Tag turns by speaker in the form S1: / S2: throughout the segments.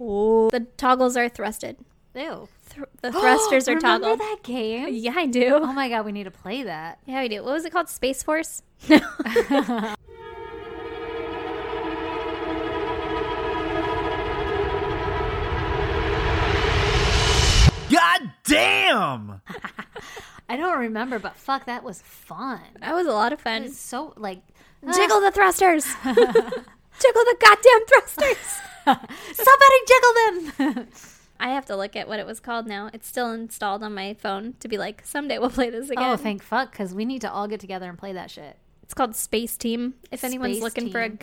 S1: Ooh. The toggles are thrusted.
S2: Ew.
S1: Thr the thrusters are
S2: Remember
S1: toggled.
S2: that game?
S1: Yeah, I do.
S2: Oh my god, we need to play that.
S1: Yeah, we do. What was it called? Space Force?
S3: God damn!
S2: I don't remember, but fuck, that was fun.
S1: That was a lot of fun.
S2: It's so like uh,
S1: Jiggle the thrusters. Jiggle the goddamn thrusters.
S2: somebody jiggle them.
S1: I have to look at what it was called now. It's still installed on my phone to be like, someday we'll play this again.
S2: oh, thank fuck, because we need to all get together and play that shit.
S1: It's called Space Team. If anyone's
S2: Space
S1: looking for a
S2: Team.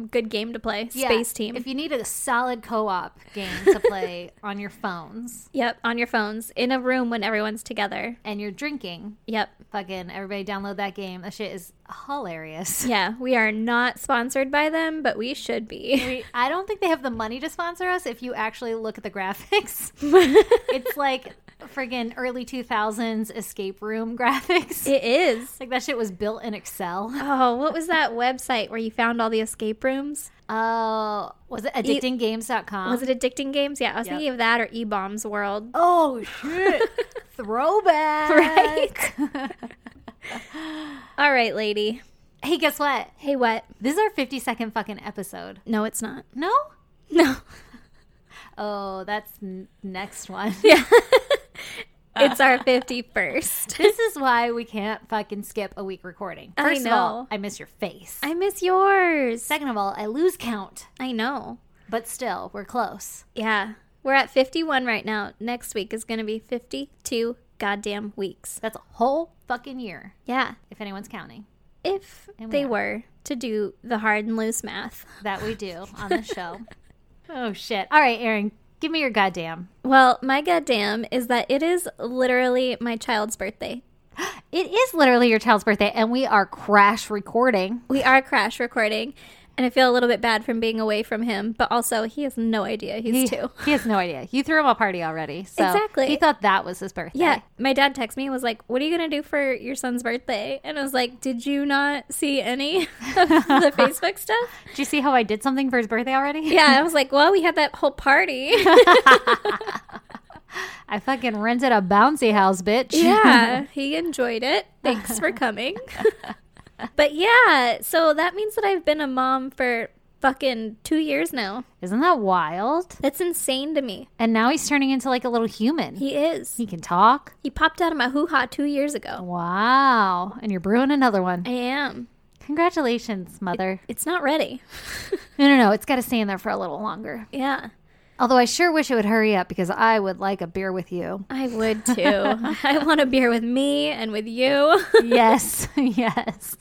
S1: good good game to play,
S2: Yeah,
S1: Space Team.
S2: If you need a solid co-op game to play on your phones
S1: yep, on your phones in a room when everyone's together.
S2: and you're drinking,
S1: Yep.
S2: fucking everybody download that game. That shit is hilarious.
S1: Yeah, we are not sponsored by them, but we should be.
S2: We- I don't think they have the money to sponsor us if you actually look at the graphics. it's like friggin' early 2000s escape room graphics.
S1: it is.
S2: like that shit was built in Excel.
S1: Oh, what was that website where you found all the escape rooms?
S2: Oh, was it addictinggames.com?
S1: Was it Addicting Games? Yeah, I was
S2: Yep.
S1: thinking of that or E Bombs World.
S2: Oh shit. Throwback.
S1: Oh, Right? all right, lady.
S2: Hey, guess what?
S1: Hey, what?
S2: This is our 50 second fucking episode.
S1: No, it's not.
S2: No?
S1: No.
S2: Oh, that's n- next one.
S1: Yeah. it's our 51st.
S2: this is why we can't fucking skip a week recording.
S1: I
S2: First of all,
S1: know.
S2: I miss your face.
S1: I miss yours.
S2: Second of all, I lose count,
S1: I know.
S2: but still, we're close.
S1: Yeah. We're at 51 right now. Next week is going to be 52 goddamn weeks.
S2: That's a whole fucking year,
S1: Yeah.
S2: if anyone's counting,
S1: If
S2: And we
S1: they
S2: are.
S1: were to do the hard and loose math.
S2: that we do on the show. oh, shit. All right, Erin, give me your goddamn.
S1: Well, my goddamn is that it is literally my child's birthday.
S2: It is literally your child's birthday, and we are crash recording.
S1: We are crash recording, and I feel a little bit bad from being away from him, but also he has no idea he's
S2: he,
S1: two.
S2: he has no idea. You threw him a party already. So
S1: Exactly.
S2: He thought that was his birthday.
S1: Yeah, my dad texted me and was like, "What are you gonna do for your son's birthday?" And I was like, "Did you not see any of the Facebook stuff?"
S2: Did you see how I did something for his birthday already?
S1: Yeah, I was like, "Well, we had that whole party."
S2: I fucking rented a bouncy house, bitch.
S1: yeah, he enjoyed it. Thanks for coming. but yeah, so that means that I've been a mom for fucking two years now.
S2: Isn't that wild?
S1: That's insane to me.
S2: And now he's turning into like a little human. He,
S1: He is.
S2: can talk.
S1: He popped out of my hoo ha two years ago.
S2: Wow. And you're brewing another one.
S1: I am.
S2: Congratulations, mother.
S1: It's not ready.
S2: No, no, no. It's got to stay in there for a little longer.
S1: Yeah,
S2: Although I sure wish it would hurry up because I would like a beer with you.
S1: I would too. I want a beer with me and with you.
S2: yes. Yes.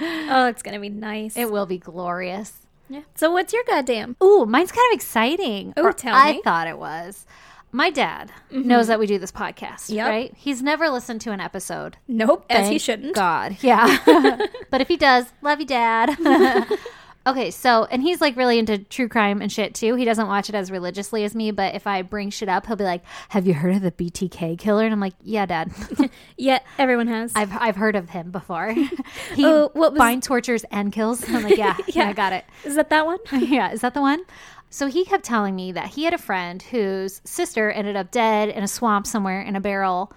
S1: Oh, it's gonna be nice.
S2: It will be glorious.
S1: yeah. So what's your goddamn?
S2: Ooh, mine's kind of exciting.
S1: Ooh,
S2: Or
S1: tell
S2: I
S1: me. Mm-hmm.
S2: thought it was. My dad knows that we do this podcast,
S1: Yep.
S2: right? He's never listened to an episode.
S1: Nope, as he
S2: Thank
S1: shouldn't.
S2: God, yeah. but if he does, love you, Dad. okay, so and he's like really into true crime and shit too. He doesn't watch it as religiously as me, but if I bring shit up, he'll be like, "Have you heard of the BTK killer?" And I'm like, "Yeah, Dad,
S1: Yeah, everyone has.
S2: I've I've heard of him before. he
S1: Oh, what was-
S2: binds, tortures, and kills." And I'm like, "Yeah, yeah, I got it."
S1: Is that that one?
S2: yeah, is that the one? So he kept telling me that he had a friend whose sister ended up dead in a swamp somewhere in a barrel,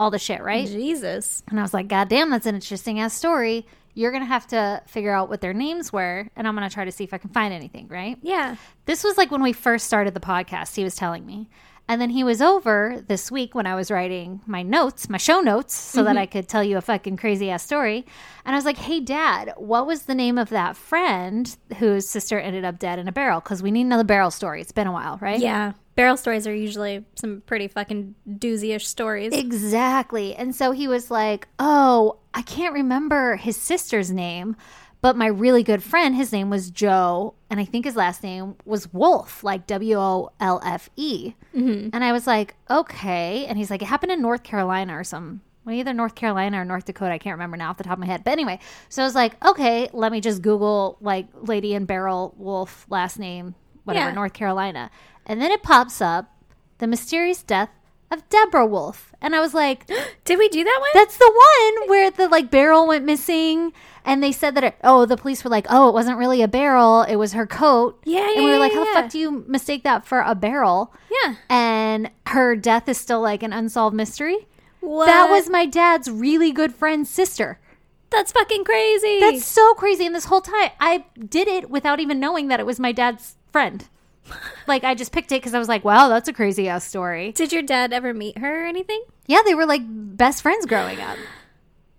S2: all the shit, right?
S1: Jesus.
S2: And I was like, God damn, that's an interesting ass story. You're going to have to figure out what their names were, and I'm going to try to see if I can find anything, right?
S1: Yeah.
S2: This was like when we first started the podcast, he was telling me. And then he was over this week when I was writing my notes, my show notes, so that I could tell you a fucking crazy ass story. And I was like, hey, dad, what was the name of that friend whose sister ended up dead in a barrel? Because we need another barrel story. It's been a while, right?
S1: Yeah. Barrel stories are usually some pretty fucking doozy-ish stories.
S2: Exactly. And so he was like, Oh, I can't remember his sister's name, but my really good friend, his name was Joe, and I think his last name was Wolf, like W O L F E. And I was like, Okay. And he's like, It happened in North Carolina or some. Well, either North Carolina or North Dakota. I can't remember now off the top of my head. But anyway, so I was like, okay, let me just Google like Lady and Barrel Wolf last name, whatever,
S1: Yeah.
S2: North Carolina. And then it pops up the mysterious death of Deborah Wolf. And I was like,
S1: Did we do that one?
S2: that's the one where the like barrel went missing. And they said that, it, oh, the police were like, oh, it wasn't really a barrel. It was her coat.
S1: Yeah,
S2: And we
S1: yeah,
S2: were like,
S1: yeah,
S2: how the
S1: yeah.
S2: fuck do you mistake that for a barrel?
S1: yeah.
S2: And her death is still like an unsolved mystery.
S1: What?
S2: That was my dad's really good friend's sister.
S1: That's fucking crazy.
S2: That's so crazy. And this whole time, I did it without even knowing that it was my dad's friend. Like, I just picked it because I was like, wow, that's a crazy ass story.
S1: Did your dad ever meet her or anything?
S2: Yeah, they were like best friends growing up.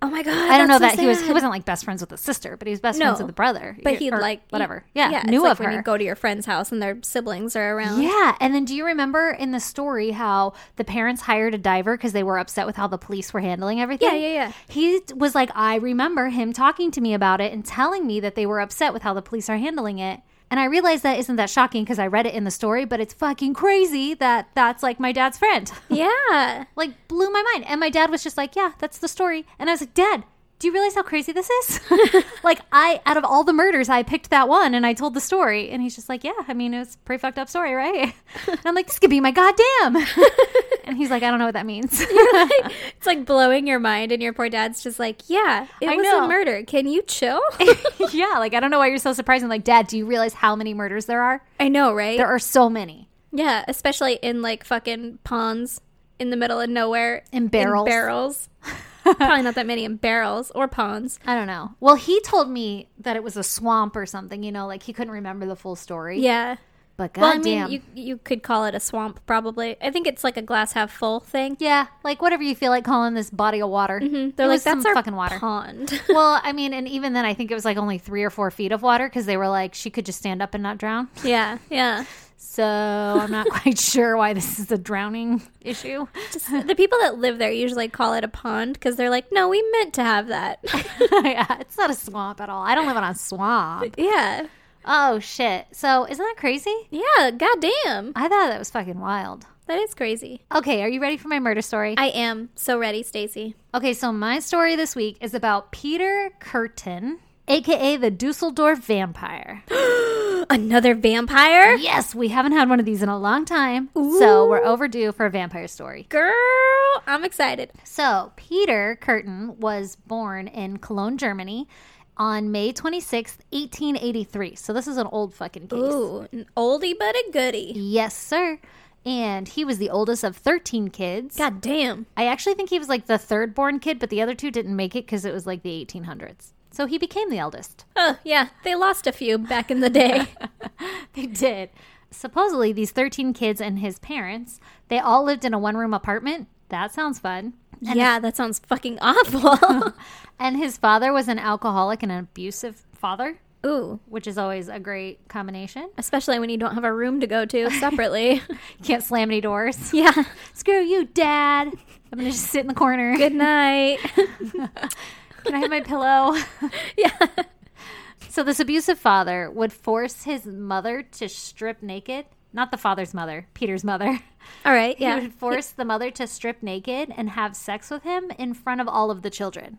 S1: Oh my god.
S2: I don't know
S1: that's
S2: that
S1: so
S2: he was,
S1: sad.
S2: he wasn't like best friends with the sister, but he was best
S1: No.
S2: friends with the brother.
S1: But
S2: or-
S1: he
S2: or
S1: like
S2: whatever. Yeah,
S1: it's
S2: knew
S1: like
S2: of
S1: when
S2: her.
S1: you go to your friend's house and their siblings are around.
S2: yeah. And then do you remember in the story how the parents hired a diver because they were upset with how the police were handling everything?
S1: Yeah, yeah, yeah.
S2: He was like, I remember him talking to me about it and telling me that they were upset with how the police are handling it. And I realized that isn't that shocking because I read it in the story, but it's fucking crazy that that's like my dad's friend.
S1: Yeah.
S2: like, blew my mind. And my dad was just like, Yeah, that's the story. And I was like, Dad, do you realize how crazy this is? like, I, out of all the murders, I picked that one and I told the story. And he's just like, Yeah, I mean, it's a pretty fucked up story, right? and I'm like, This could be my goddamn. and he's like, I don't know what that means.
S1: It's like blowing your mind and your poor dad's just like, "Yeah, it
S2: I
S1: was
S2: know.
S1: a murder. Can you chill?"
S2: yeah, like I don't know why you're so surprised. I'm like, Dad, do you realize how many murders there are?
S1: I know, right?
S2: There are so many.
S1: yeah, especially in like fucking ponds in the middle of nowhere
S2: In barrels.
S1: barrels. Probably not that many in barrels or ponds.
S2: I don't know. Well, he told me that it was a swamp or something. You know, like he couldn't remember the full story.
S1: Yeah.
S2: but
S1: Well, I
S2: goddamn,
S1: mean, you you could call it a swamp probably. I think it's like a glass half full thing.
S2: yeah, like whatever you feel like calling this body of water.
S1: They're
S2: It
S1: like
S2: was
S1: that's
S2: some
S1: our
S2: fucking water.
S1: pond.
S2: well, I mean, and even then, I think it was like only three or four feet of water because they were like she could just stand up and not drown.
S1: yeah, yeah.
S2: So I'm not quite sure why this is a drowning issue.
S1: Just the people that live there usually call it a pond because they're like, no, we meant to have that.
S2: yeah, it's not a swamp at all. I don't live on a swamp.
S1: yeah,
S2: Oh shit! So isn't that crazy?
S1: yeah. Goddamn,
S2: I thought that was fucking wild.
S1: that is crazy.
S2: Okay, are you ready for my murder story?
S1: I am so ready, Stacy.
S2: okay, so my story this week is about Peter Curtin, aka the Dusseldorf vampire.
S1: Another vampire
S2: yes, we haven't had one of these in a long time, so we're overdue for a vampire story.
S1: girl. I'm excited.
S2: So, Peter Curtin was born in Cologne, Germany on May 26th, 1883. So, this is an old fucking case.
S1: Ooh, an oldie but a goodie.
S2: Yes, sir. And he was the oldest of 13 kids.
S1: God damn.
S2: I actually think he was like the third born kid, but the other two didn't make it because it was like the 1800s. So he became the eldest.
S1: Oh yeah, they lost a few back in the day.
S2: They did. Supposedly, these 13 kids and his parents, they all lived in a one room apartment. That sounds fun.
S1: yeah, that sounds fucking awful.
S2: And his father was an alcoholic and an abusive father,
S1: Ooh,
S2: which is always a great combination.
S1: especially when you don't have a room to go to separately.
S2: Can't slam any doors.
S1: yeah.
S2: Screw you, dad. I'm going to just sit in the corner.
S1: Good night.
S2: Can I have my pillow?
S1: yeah.
S2: So this abusive father would force his mother to strip naked. Not the father's mother, Peter's mother.
S1: All right.
S2: He
S1: Yeah.
S2: would force the mother to strip naked and have sex with him in front of all of the children.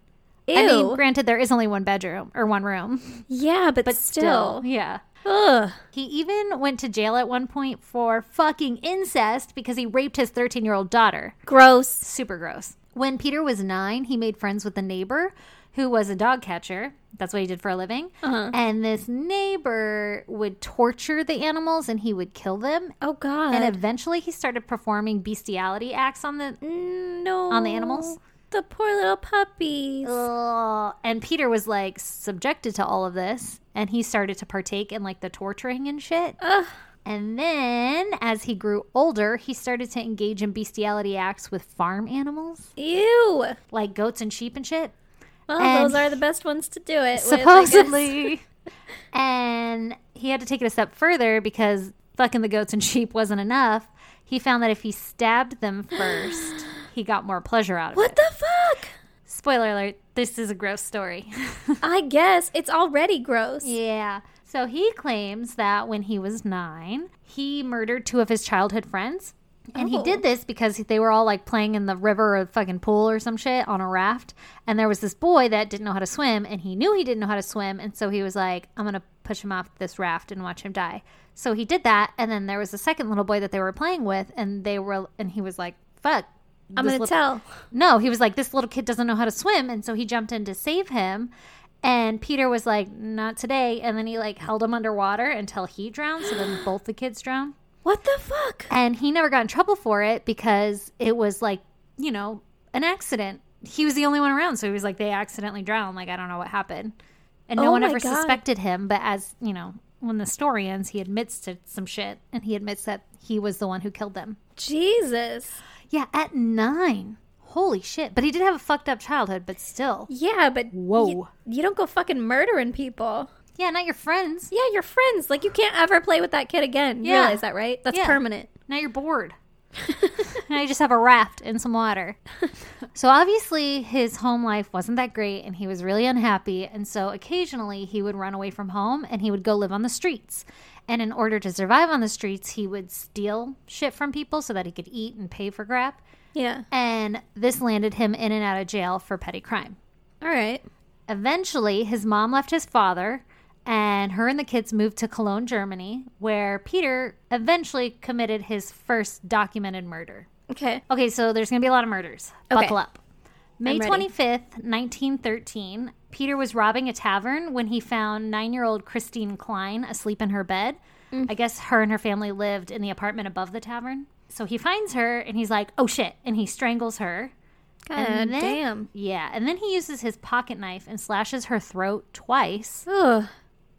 S1: Ew.
S2: I mean, granted, there is only one bedroom or one room,
S1: yeah, but,
S2: but
S1: still.
S2: still, yeah.
S1: Ugh.
S2: He even went to jail at one point for fucking incest because he raped his 13 year old daughter.
S1: Gross.
S2: Super gross. When Peter was nine, he made friends with a neighbor who was a dog catcher. That's what he did for a living. And this neighbor would torture the animals and he would kill them.
S1: Oh God.
S2: And eventually he started performing bestiality acts on the.
S1: no.
S2: on the animals?
S1: The poor little puppies.
S2: Ugh. And Peter was like subjected to all of this and he started to partake in like the torturing and shit.
S1: Ugh.
S2: And then as he grew older, he started to engage in bestiality acts with farm animals
S1: Ew.
S2: like goats and sheep and shit.
S1: Well,
S2: And
S1: those are the best ones to do it. with, I guess.
S2: supposedly. and he had to take it a step further because fucking the goats and sheep wasn't enough. He found that if he stabbed them first, he got more pleasure out of
S1: What
S2: it.
S1: the fuck?
S2: Spoiler alert, this is a gross story.
S1: I guess it's already gross.
S2: yeah. So he claims that when he was nine, he murdered two of his childhood friends. And he
S1: Oh.
S2: did this because they were all like playing in the river or fucking pool or some shit on a raft. And there was this boy that didn't know how to swim and he knew he didn't know how to swim. And so he was like, I'm going to push him off this raft and watch him die. So he did that. And then there was a second little boy that they were playing with and they were, and he was like, fuck.
S1: I'm going
S2: this
S1: to
S2: lit-
S1: tell.
S2: No, he was like, this little kid doesn't know how to swim. And so he jumped in to save him. And Peter was like, not today. And then he like held him underwater until he drowned. So then both the kids drowned.
S1: What the fuck?
S2: And he never got in trouble for it because it was like, you know, an accident. He was the only one around. So he was like, they accidentally drowned. Like, I don't know what happened. And no
S1: Oh
S2: one
S1: my
S2: ever
S1: God.
S2: suspected him. But as, you know, when the story ends, he admits to some shit and he admits that he was the one who killed them.
S1: Jesus.
S2: Yeah, at nine. Holy shit. But he did have a fucked up childhood, but still.
S1: Yeah, but y-
S2: Whoa.
S1: you don't go fucking murdering people.
S2: Yeah, not your friends.
S1: Yeah, your friends. Like you can't ever play with that kid again. You
S2: Yeah.
S1: realize that, right? That's
S2: Yeah.
S1: permanent.
S2: Now you're bored. now you just have a raft and some water. so obviously, his home life wasn't that great and he was really unhappy. And so occasionally, he would run away from home and he would go live on the streets. And in order to survive on the streets, he would steal shit from people so that he could eat and pay for grab.
S1: Yeah.
S2: And this landed him in and out of jail for petty crime.
S1: All right.
S2: Eventually, his mom left his father, and her and the kids moved to Cologne, Germany, where Peter eventually committed his first documented murder.
S1: Okay.
S2: Okay, so there's going to be a lot of murders.
S1: Okay.
S2: Buckle up. May
S1: I'm ready.
S2: 25th, 1913, Peter was robbing a tavern when he found nine year old Christine Klein asleep in her bed.
S1: Mm.
S2: I guess her and her family lived in the apartment above the tavern. So he finds her and he's like, oh shit. And he strangles her.
S1: God
S2: And then-
S1: damn.
S2: Yeah. And then he uses his pocket knife and slashes her throat twice.
S1: Ugh.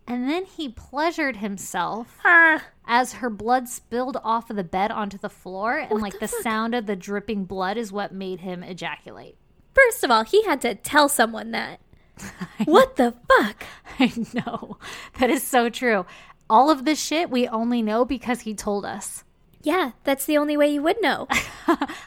S2: And then he pleasured himself
S1: Ah.
S2: as her blood spilled off of the bed onto the floor. And like the, sound of the dripping blood is what made him ejaculate.
S1: First of all, he had to tell someone that. what the fuck?
S2: I know. That is so true. All of this shit we only know because he told us.
S1: Yeah, that's the only way you would know.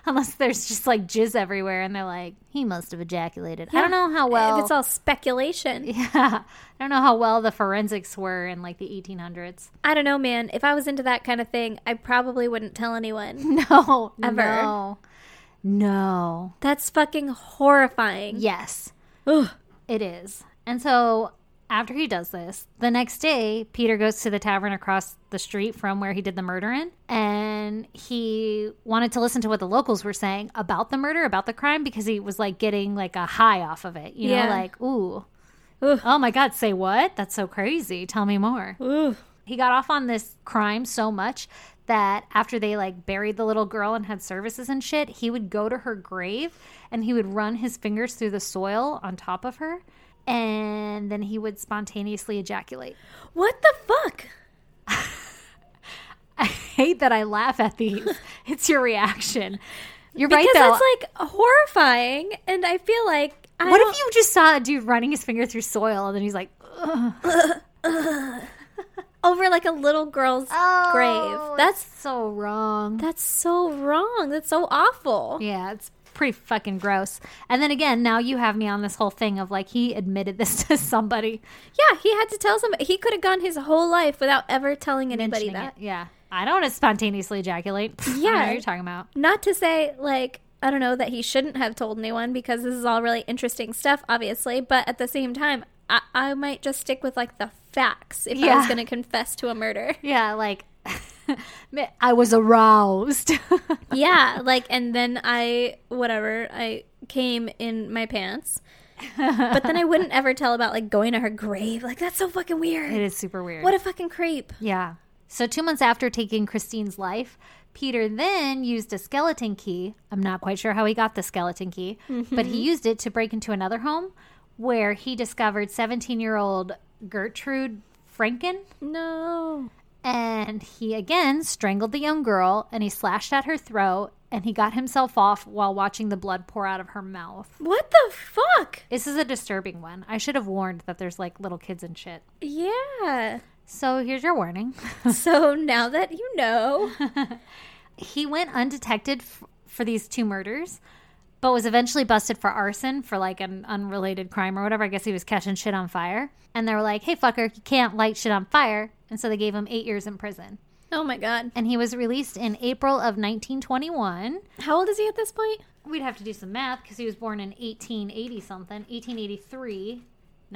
S2: Unless there's just like jizz everywhere and they're like, he must have ejaculated. I don't know how well.
S1: if it's all speculation.
S2: yeah. I don't know how well the forensics were in like the 1800s.
S1: I don't know, man. If I was into that kind of thing, I probably wouldn't tell anyone.
S2: No,
S1: Ever.
S2: No. No.
S1: That's fucking horrifying.
S2: Yes,
S1: Ugh.
S2: it is. And so after he does this, the next day, Peter goes to the tavern across the street from where he did the murder in, and he wanted to listen to what the locals were saying about the murder, about the crime, because he was like getting like a high off of it. You
S1: Yeah.
S2: know, like, ooh.
S1: Ugh.
S2: Oh my God, say what? That's so crazy. Tell me more.
S1: Ugh.
S2: He got off on this crime so much that after they like buried the little girl and had services and shit, he would go to her grave and he would run his fingers through the soil on top of her and then he would spontaneously ejaculate.
S1: What the fuck?
S2: I hate that I laugh at these. it's your reaction. You're
S1: Because
S2: right though.
S1: that's like horrifying, and I feel like I
S2: what
S1: don't-
S2: if you just saw a dude running his finger through soil and then he's like,
S1: over like a little girl's
S2: Oh.
S1: grave? That's
S2: so wrong.
S1: that's so wrong. That's so awful.
S2: Yeah, it's pretty fucking gross. And then again, now you have me on this whole thing of like he admitted this to somebody.
S1: Yeah, he had to tell somebody. He could have gone his whole life without ever telling anybody
S2: mentioning
S1: that.
S2: it. Yeah. I don't want to spontaneously ejaculate. Pfft, I don't know
S1: Yeah.
S2: what you're talking about.
S1: Not to say like I don't know that he shouldn't have told anyone because this is all really interesting stuff, obviously. But at the same time, I, I might just stick with like the facts if I was
S2: Yeah.
S1: going to confess to a murder.
S2: Yeah, like I was aroused.
S1: yeah, like and then I whatever I came in my pants. but then I wouldn't ever tell about like going to her grave. Like that's so fucking weird.
S2: it is super weird.
S1: What a fucking creep.
S2: yeah. So 2 months after taking Christine's life, Peter then used a skeleton key. I'm not quite sure how he got the skeleton key, but he used it to break into another home where he discovered 17-year-old Gertrude Franken.
S1: No.
S2: And he again strangled the young girl and he slashed at her throat and he got himself off while watching the blood pour out of her mouth.
S1: What the fuck?
S2: This is a disturbing one. I should have warned that there's like little kids and shit.
S1: Yeah.
S2: So here's your warning.
S1: so now that you know,
S2: he went undetected f- for these two murders, but was eventually busted for arson for like an unrelated crime or whatever. I guess he was catching shit on fire. And they were like, hey, fucker, you can't light shit on fire. And so they gave him eight years in prison.
S1: oh my god.
S2: And he was released in April of 1921.
S1: How old is he at this point?
S2: We'd have to do some math because he was born in 1880 something, 1883,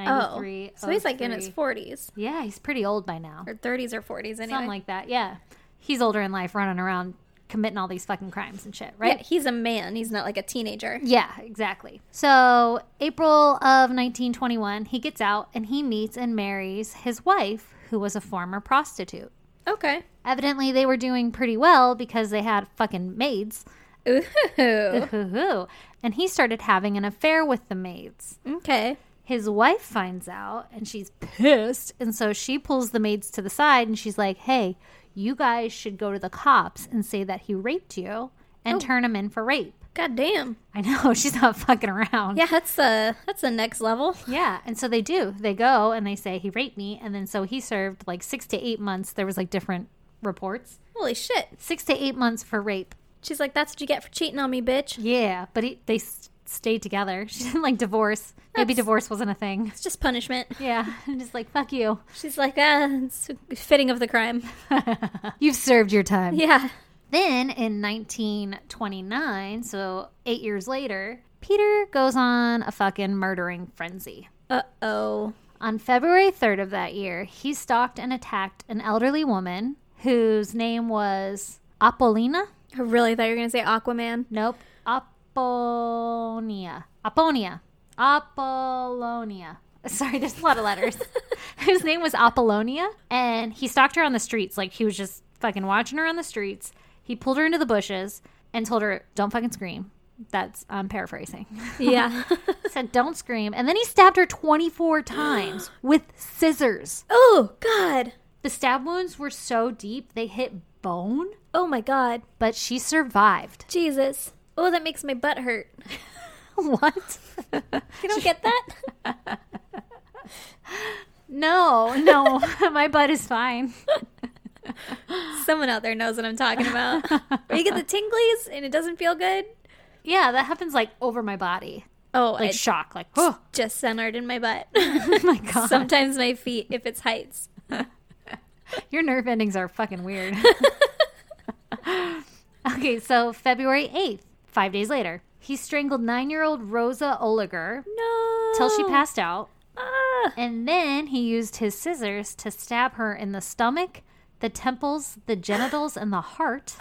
S2: 93.
S1: Oh, so he's like in his
S2: 03.
S1: 40s
S2: Yeah, oh he's pretty old by now.
S1: or 30s or 40s anyway.
S2: Something like that. Yeah. He's older in life running around committing all these fucking crimes and shit,
S1: Right?
S2: right?
S1: he's a man. He's not like a teenager.
S2: Yeah, exactly. So, April of 1921, he gets out and he meets and marries his wife, who was a former prostitute.
S1: Okay.
S2: Evidently, they were doing pretty well because they had fucking maids.
S1: Ooh.
S2: Hoo-hoo. And he started having an affair with the maids.
S1: Okay.
S2: His wife finds out and she's pissed. And so she pulls the maids to the side and she's like, hey, you guys should go to the cops and say that he raped you and turn him in for rape.
S1: God damn.
S2: I know, she's not fucking around.
S1: Yeah, that's uh that's the next level.
S2: Yeah, and so they do. They go and they say he raped me, and then so he served like six to eight months. There was like different reports,
S1: Holy shit.
S2: six to eight months for rape.
S1: She's like, that's what you get for cheating on me, bitch.
S2: Yeah, but he, they s- stayed together. She didn't like divorce. Maybe
S1: That's-
S2: divorce wasn't a thing.
S1: It's just punishment.
S2: Yeah, I'm just like fuck you.
S1: She's like, ah, it's fitting of the crime.
S2: You've served your time.
S1: Yeah.
S2: Then in 1929, so eight years later, Peter goes on a fucking murdering frenzy.
S1: Uh oh.
S2: On February 3rd of that year, he stalked and attacked an elderly woman whose name was Apollina.
S1: I Oh, really thought you were gonna say Aquaman.
S2: Nope, Apollonia. Apollonia. Apollonia. Sorry, there's a lot of letters. His name was Apollonia, and he stalked her on the streets. Like, he was just fucking watching her on the streets. He pulled her into the bushes and told her, Don't fucking scream. That's, I'm paraphrasing.
S1: Yeah.
S2: said, Don't scream. And then he stabbed her 24 times with scissors.
S1: oh God.
S2: The stab wounds were so deep they hit bone,
S1: Oh my God.
S2: but she survived.
S1: Jesus. Oh, that makes my butt hurt.
S2: what?
S1: You don't get that?
S2: No, no, my butt is fine.
S1: Someone out there knows what I'm talking about. Where you get the tinglies and it doesn't feel good.
S2: Yeah, that happens like over my body,
S1: Oh,
S2: like
S1: I
S2: shock, like oh
S1: just centered in my butt.
S2: my god,
S1: Sometimes my feet, if it's heights.
S2: your nerve endings are fucking weird. okay, so February eighth, five days later, he strangled nine-year-old Rosa Oliger
S1: No.
S2: till she passed out,
S1: Ah.
S2: and then he used his scissors to stab her in the stomach, the temples, the genitals, and the heart.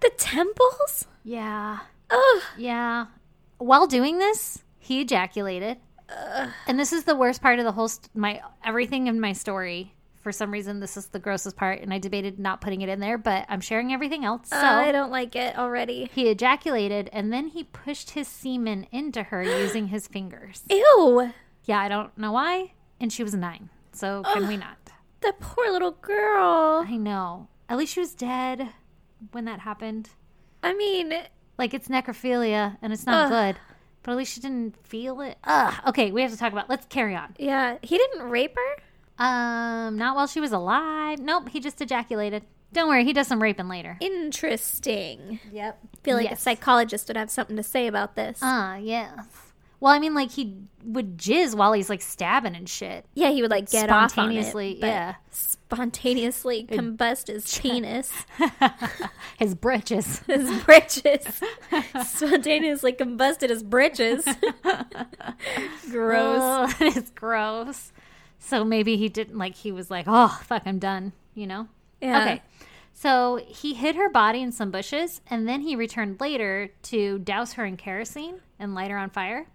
S1: The temples?
S2: Yeah.
S1: Ugh.
S2: Yeah. While doing this, he ejaculated. And this is the worst part of the whole st- my everything in my story. For some reason, this is the grossest part, and I debated not putting it in there, but I'm sharing everything else. So
S1: Uh, I don't like it already.
S2: he ejaculated, and then he pushed his semen into her using his fingers.
S1: Ew.
S2: Yeah, I don't know why. And she was nine, so can we not?
S1: That poor little girl.
S2: I know. At least she was dead when that happened.
S1: I mean,
S2: Like it's necrophilia and it's not
S1: Ugh.
S2: good. But at least she didn't feel it. Ugh. Okay, we have to talk about. Let's carry on.
S1: yeah. He didn't rape her?
S2: Um, not while she was alive. Nope, he just ejaculated. Don't worry, he does some raping later.
S1: Interesting.
S2: Yep.
S1: I feel like a
S2: Yes.
S1: psychologist would have something to say about this.
S2: Ah, yes. Well, I mean, like he would jizz while he's like stabbing and shit.
S1: yeah, he would like get off on it,
S2: Spontaneously,
S1: but
S2: yeah.
S1: Spontaneously combust his penis,
S2: His britches.
S1: his britches. spontaneously combusted his britches. Gross.
S2: Ugh, it's gross. So maybe he didn't like. He was like, oh fuck, I'm done. You know.
S1: Yeah.
S2: Okay. Uh, So he hid her body in some bushes, and then he returned later to douse her in kerosene and light her on fire.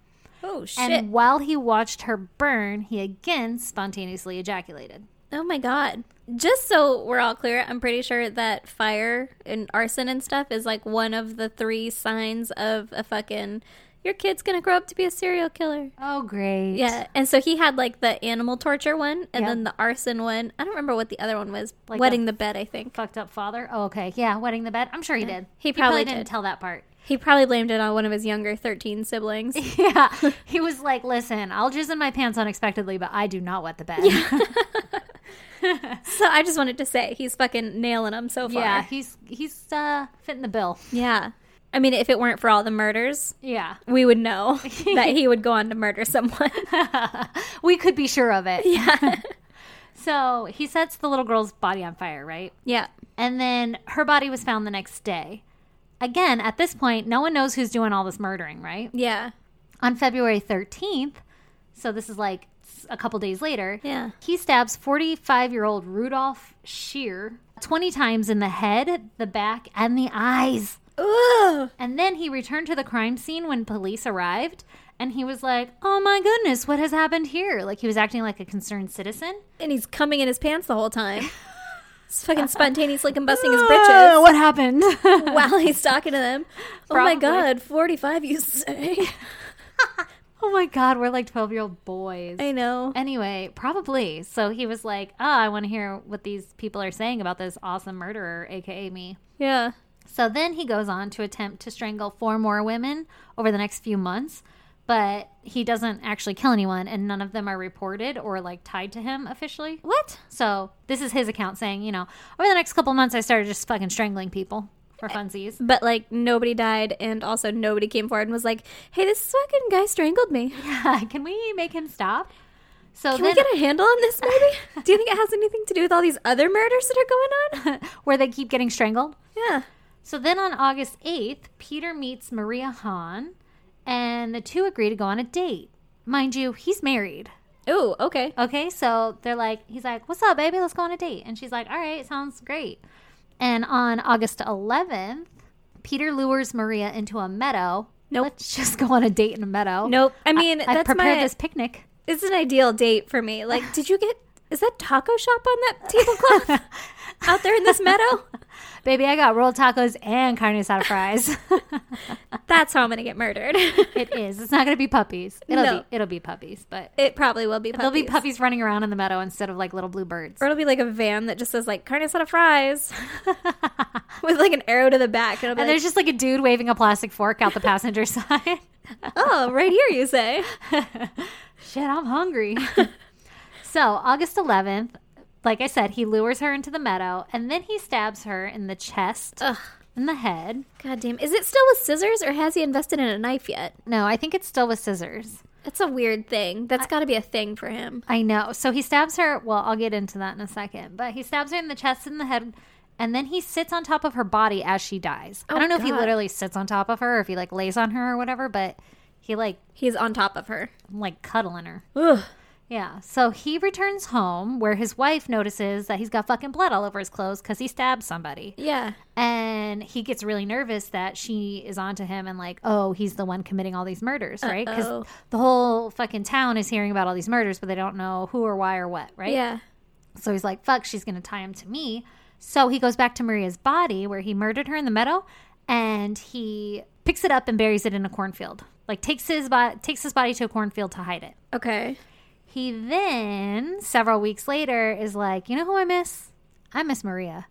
S1: Oh shit.
S2: And while he watched her burn, he again spontaneously ejaculated.
S1: Oh my god. Just so we're all clear, I'm pretty sure that fire and arson and stuff is like one of the three signs of a fucking your kid's gonna grow up to be a serial killer.
S2: Oh, great.
S1: Yeah. And so he had like the animal torture one and
S2: Yeah.
S1: then the arson one. I don't remember what the other one was.
S2: Like
S1: Wetting the
S2: a-
S1: bed, I think.
S2: Fucked up father. Oh, okay. Yeah, wetting the bed. I'm sure he did.
S1: He probably
S2: didn't
S1: did.
S2: tell that part.
S1: He probably blamed it on one of his younger 13 siblings.
S2: Yeah. he was like, listen, I'll jizz in my pants unexpectedly, but I do not wet the bed.
S1: so I just wanted to say he's fucking nailing them so far.
S2: yeah he's he's uh, fitting the bill.
S1: Yeah. I mean, if it weren't for all the murders,
S2: Yeah.
S1: we would know that he would go on to murder someone.
S2: We could be sure of it.
S1: yeah.
S2: So he sets the little girl's body on fire, right?
S1: Yeah.
S2: And then her body was found the next day. Again, at this point, no one knows who's doing all this murdering, right?
S1: Yeah.
S2: on February 13th. So this is like s- a couple days later.
S1: Yeah.
S2: He stabs 45 year old Rudolph Shear 20 times in the head, the back, and the eyes.
S1: Ugh.
S2: And then he returned to the crime scene when police arrived and he was like, oh my goodness, what has happened here? Like he was acting like a concerned citizen.
S1: And he's coming in his pants the whole time. He's fucking spontaneously combusting his
S2: "Ah,
S1: britches
S2: what happened?
S1: while he's talking to them. Oh
S2: Probably.
S1: my god, 45 you say.
S2: oh my God, we're like 12 year old boys.
S1: I know.
S2: Anyway, probably. So he was like, oh, I want to hear what these people are saying about this awesome murderer, AKA me.
S1: Yeah.
S2: So then he goes on to attempt to strangle four more women over the next few months, but he doesn't actually kill anyone, and none of them are reported or like tied to him officially.
S1: What?
S2: So this is his account saying, you know, over the next couple months, I started just fucking strangling people for funsies.
S1: But like nobody died and also nobody came forward and was like, "Hey, this fucking guy strangled me.
S2: Can we make him stop? So
S1: Can
S2: then,
S1: we get a handle on this maybe? Do you think it has anything to do with all these other murders that are going on?"
S2: where they keep getting strangled.
S1: Yeah.
S2: So then on August 8th, Peter meets Maria Hahn, and the two agree to go on a date. Mind you, he's married.
S1: Oh, okay.
S2: Okay, so they're like, he's like, what's up, baby? Let's go on a date. And she's like, all right, sounds great. And on August 11th, Peter lures Maria into a meadow.
S1: Nope.
S2: Let's just go on a date in a meadow.
S1: Nope. I mean,
S2: I
S1: that's
S2: prepared
S1: my
S2: this picnic.
S1: It's an ideal date for me. Like, did you get is that taco shop on that tablecloth out there in this meadow?
S2: Baby, I got rolled tacos and carne asada fries.
S1: That's how I'm gonna get murdered.
S2: it is. It's not going to be puppies. It'll
S1: No.
S2: be it'll be puppies, but
S1: It probably will be puppies.
S2: there'll be puppies running around in the meadow instead of like little blue birds.
S1: Or it'll be like a van that just says like carne asada fries with like an arrow to the back. And it'll be like,
S2: And there's just like a dude waving a plastic fork out the passenger side.
S1: oh, right here you say.
S2: Shit, I'm hungry. so, August 11th, like I said, he lures her into the meadow and then he stabs her in the chest,
S1: Ugh.
S2: in the head.
S1: God damn. Is it still with scissors or has he invested in a knife yet?
S2: No, I think it's still with scissors.
S1: That's a weird thing. That's gotta be a thing for him.
S2: I know. So he stabs her. Well, I'll get into that in a second. But he stabs her in the chest and the head, and then he sits on top of her body as she dies. I
S1: Oh,
S2: don't know if he
S1: God.
S2: literally sits on top of her or if he like lays on her or whatever, but he like
S1: He's on top of her.
S2: like cuddling her.
S1: Ugh.
S2: Yeah. So he returns home where his wife notices that he's got fucking blood all over his clothes because he stabbed somebody.
S1: Yeah.
S2: And he gets really nervous that she is onto him and like, oh, he's the one committing all these murders, right?
S1: Uh-oh.
S2: Because the whole fucking town is hearing about all these murders, but they don't know who or why or what, right?
S1: Yeah.
S2: So he's like, fuck, she's going to tie him to me. So he goes back to Maria's body where he murdered her in the meadow and he picks it up and buries it in a cornfield. Like takes his bo- takes his body to a cornfield to hide it.
S1: Okay.
S2: He then several weeks later is like, "You know who I miss? I miss Maria."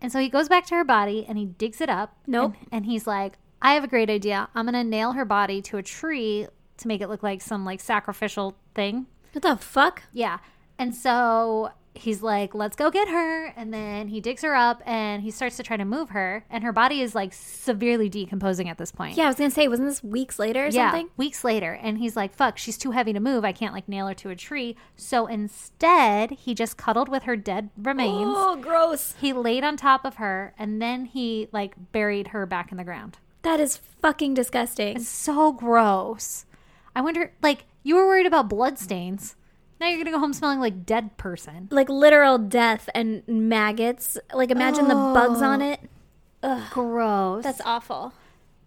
S2: And so he goes back to her body and he digs it up.
S1: Nope.
S2: And, and he's like, "I have a great idea. I'm going to nail her body to a tree to make it look like some like sacrificial thing."
S1: What the fuck?
S2: Yeah. And so he's like, let's go get her. And then he digs her up and he starts to try to move her. And her body is like severely decomposing at this point.
S1: Yeah, I was gonna say, wasn't this weeks later or something?
S2: Weeks later. And he's like, fuck, she's too heavy to move. I can't like nail her to a tree. So instead, he just cuddled with her dead remains.
S1: Oh, gross.
S2: He laid on top of her and then he like buried her back in the ground.
S1: That is fucking disgusting.
S2: So gross. I wonder, like, you were worried about bloodstains. Now you're going to go home smelling like dead person.
S1: Like literal death and maggots. Like imagine the bugs on it.
S2: Gross.
S1: That's awful.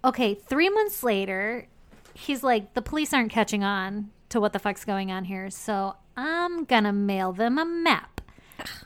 S2: okay, three months later, he's like, the police aren't catching on to what the fuck's going on here, so I'm gonna mail them a map.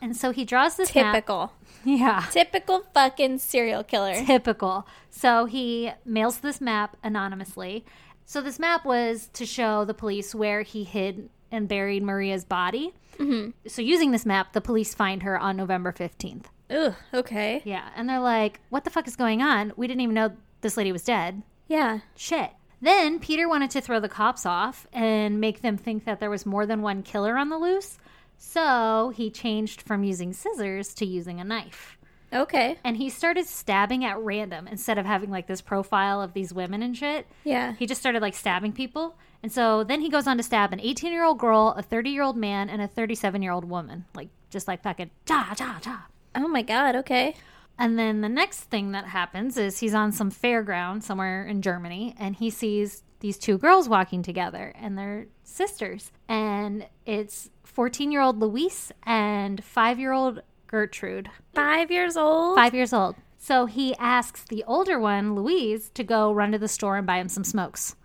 S2: And so he draws this map.
S1: Typical.
S2: Yeah.
S1: Typical fucking serial killer.
S2: Typical. So he mails this map anonymously. So this map was to show the police where he hid and buried Maria's body. Mm-hmm. So using this map, the police find her on November 15th.
S1: Ugh, okay.
S2: Yeah. And they're like, what the fuck is going on? We didn't even know this lady was dead.
S1: Yeah.
S2: Shit. Then Peter wanted to throw the cops off and make them think that there was more than one killer on the loose. So he changed from using scissors to using a knife.
S1: Okay.
S2: And he started stabbing at random instead of having like this profile of these women and shit.
S1: Yeah.
S2: He just started like stabbing people. And so then he goes on to stab an 18 year old girl, a 30 year old man, and a 37 year old woman. Like just like fucking cha, cha, cha.
S1: Oh my god, okay.
S2: And then the next thing that happens is he's on some fairground somewhere in Germany and he sees these two girls walking together and they're sisters. And it's 14 year old Luis and five year old Gertrude,
S1: Five years old.
S2: five years old. So he asks the older one, Louise, to go run to the store and buy him some smokes.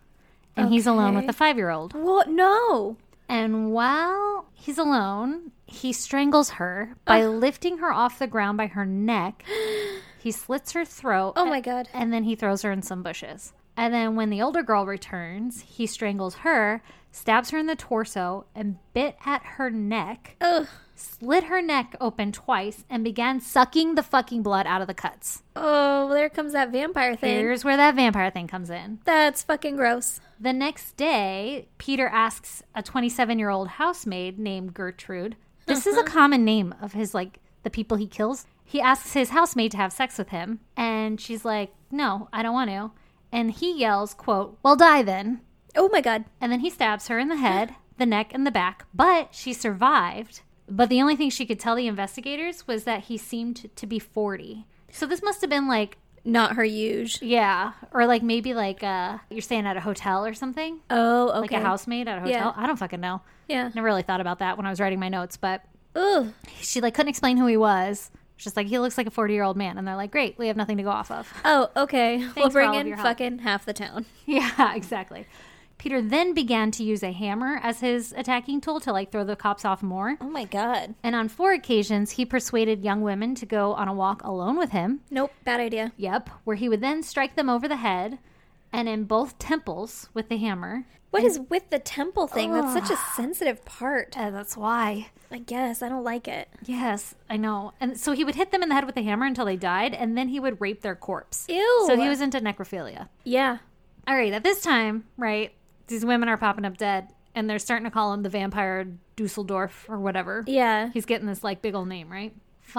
S2: And he's alone with the five year old.
S1: What? No. Oh
S2: And while he's alone, he strangles her by lifting her off the ground by her neck. He slits her throat.
S1: Oh my God.
S2: And then he throws her in some bushes. And then when the older girl returns, he strangles her, stabs her in the torso, and bit at her neck,
S1: Ugh.
S2: slit her neck open twice, and began sucking the fucking blood out of the cuts.
S1: Oh, there comes that vampire thing.
S2: Here's where that vampire thing comes in.
S1: That's fucking gross.
S2: The next day, Peter asks a 27 year old housemaid named Gertrude. This is a common name of his, like, the people he kills. He asks his housemaid to have sex with him, and she's like, No, I don't want to. And he yells, quote, Well, die then.
S1: Oh my god.
S2: And then he stabs her in the head, the neck, and the back, but she survived. But the only thing she could tell the investigators was that he seemed to be 40. So this must have been like,
S1: Not her huge.
S2: yeah, or like maybe like uh, you're staying at a hotel or something
S1: Oh, okay.
S2: like a housemaid at a hotel. I don't fucking know.
S1: Yeah.
S2: Never really thought about that when I was writing my notes, but
S1: Ugh.
S2: she like couldn't explain who he was. Just like he looks like a forty year old man, and they're like, great, we have nothing to go off of.
S1: Oh, okay. we'll
S2: for
S1: bring
S2: all of
S1: in
S2: your help.
S1: fucking half the town.
S2: yeah, exactly. Peter then began to use a hammer as his attacking tool to like throw the cops off more.
S1: Oh my god.
S2: And on four occasions, he persuaded young women to go on a walk alone with him.
S1: Nope. Bad idea.
S2: Yep, where he would then strike them over the head and in both temples with the hammer.
S1: What is with the temple thing? That's such a sensitive part.
S2: Uh, that's why.
S1: I guess I don't like it.
S2: Yes, I know. And so he would hit them in the head with a hammer until they died, and then he would rape their corpse.
S1: Ew.
S2: So he was into necrophilia.
S1: Yeah.
S2: All right, at this time, right, these women are popping up dead, and they're starting to call him the vampire Dusseldorf or whatever.
S1: Yeah.
S2: He's getting this like big old name, right?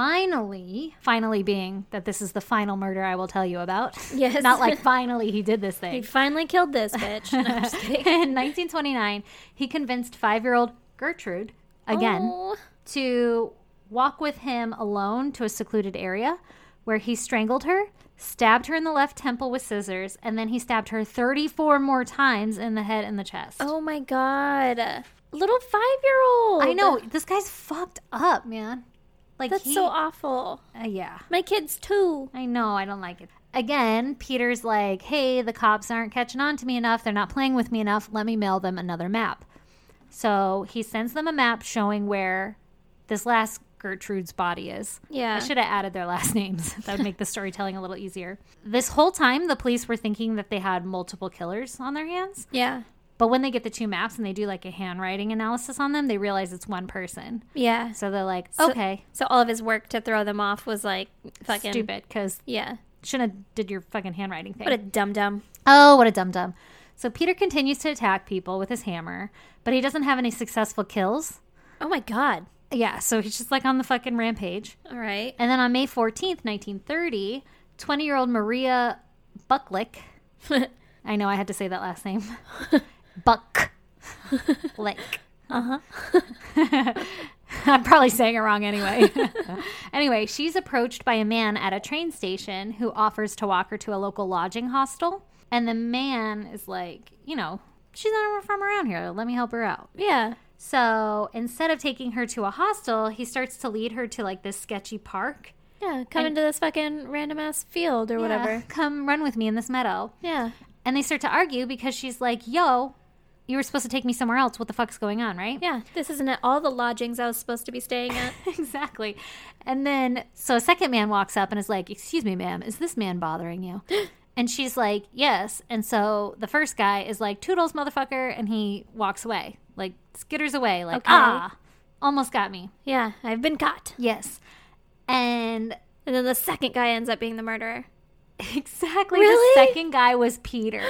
S2: Finally, finally being that this is the final murder I will tell you about.
S1: Yes.
S2: Not like finally he did this
S1: He
S2: thing.
S1: finally killed this bitch. No, I'm just kidding.
S2: in 1929, he convinced five year old Gertrude, again,
S1: Oh.
S2: to walk with him alone to a secluded area where he strangled her, stabbed her in the left temple with scissors, and then he stabbed her 34 more times in the head and the chest.
S1: Oh my god. Little five year old.
S2: I know. This guy's fucked up, man. Like
S1: That's
S2: he,
S1: so awful.
S2: uh, yeah.
S1: My kids too.
S2: I know, I don't like it. Again, Peter's like, "Hey, the cops aren't catching on to me enough. They're not playing with me enough. Let me mail them another map." So, he sends them a map showing where this last Gertrude's body is.
S1: Yeah.
S2: I should have added their last names. That would make the storytelling a little easier. This whole time, the police were thinking that they had multiple killers on their hands.
S1: Yeah.
S2: But when they get the two maps and they do like a handwriting analysis on them, they realize it's one person.
S1: Yeah.
S2: So they're like,
S1: So-
S2: okay,
S1: So all of his work to throw them off was like fucking
S2: stupid, because
S1: Yeah.
S2: shouldn't have did your fucking handwriting thing.
S1: What a dum dum.
S2: Oh, what a dum dum. So Peter continues to attack people with his hammer, but he doesn't have any successful kills.
S1: Oh my god.
S2: Yeah, so he's just like on the fucking rampage.
S1: All right.
S2: And then on May 14th, 1930, 20 year old Maria Bucklick, I know I had to say that last name, Buck Lick. Uh huh. I'm probably saying it wrong anyway. anyway, she's approached by a man at a train station who offers to walk her to a local lodging hostel. And the man is like, you know, she's not from around here. Let me help her out.
S1: yeah.
S2: So instead of taking her to a hostel, he starts to lead her to like this sketchy park.
S1: Yeah. Come into this fucking random ass field or
S2: Yeah,
S1: whatever.
S2: Come run with me in this meadow.
S1: Yeah.
S2: And they start to argue because she's like, yo, you were supposed to take me somewhere else. What the fuck's going on, right?
S1: Yeah. This isn't at all the lodgings I was supposed to be staying at.
S2: exactly. And then, so a second man walks up and is like, Excuse me, ma'am, is this man bothering you? And she's like, Yes. And so the first guy is like, Toodles, motherfucker. And he walks away, like, skitters away, like,
S1: Okay.
S2: Ah, almost got me.
S1: yeah. I've been caught.
S2: Yes. And
S1: And then the second guy ends up being the murderer.
S2: Exactly.
S1: Really?
S2: The second guy was Peter.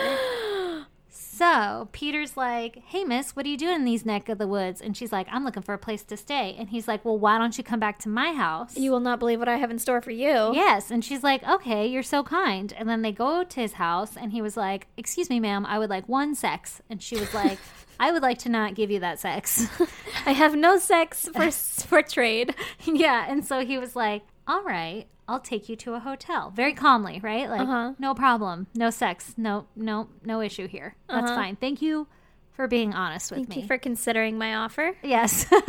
S2: So Peter's like, Hey, miss, what are you doing in these neck of the woods? And she's like, I'm looking for a place to stay. And he's like, Well, why don't you come back to my house?
S1: You will not believe what I have in store for you.
S2: yes. And she's like, Okay, you're so kind. And then they go to his house and he was like, Excuse me, ma'am, I would like one sex. And she was like, I would like to not give you that sex.
S1: I have no sex for for trade.
S2: yeah. And so he was like, All right, I'll take you to a hotel very calmly, right? Like,
S1: Uh-huh.
S2: no problem, no sex, no, no, no issue here. That's fine. Thank you for being honest with
S1: Uh-huh. Thank
S2: me.
S1: you for considering my offer.
S2: Yes.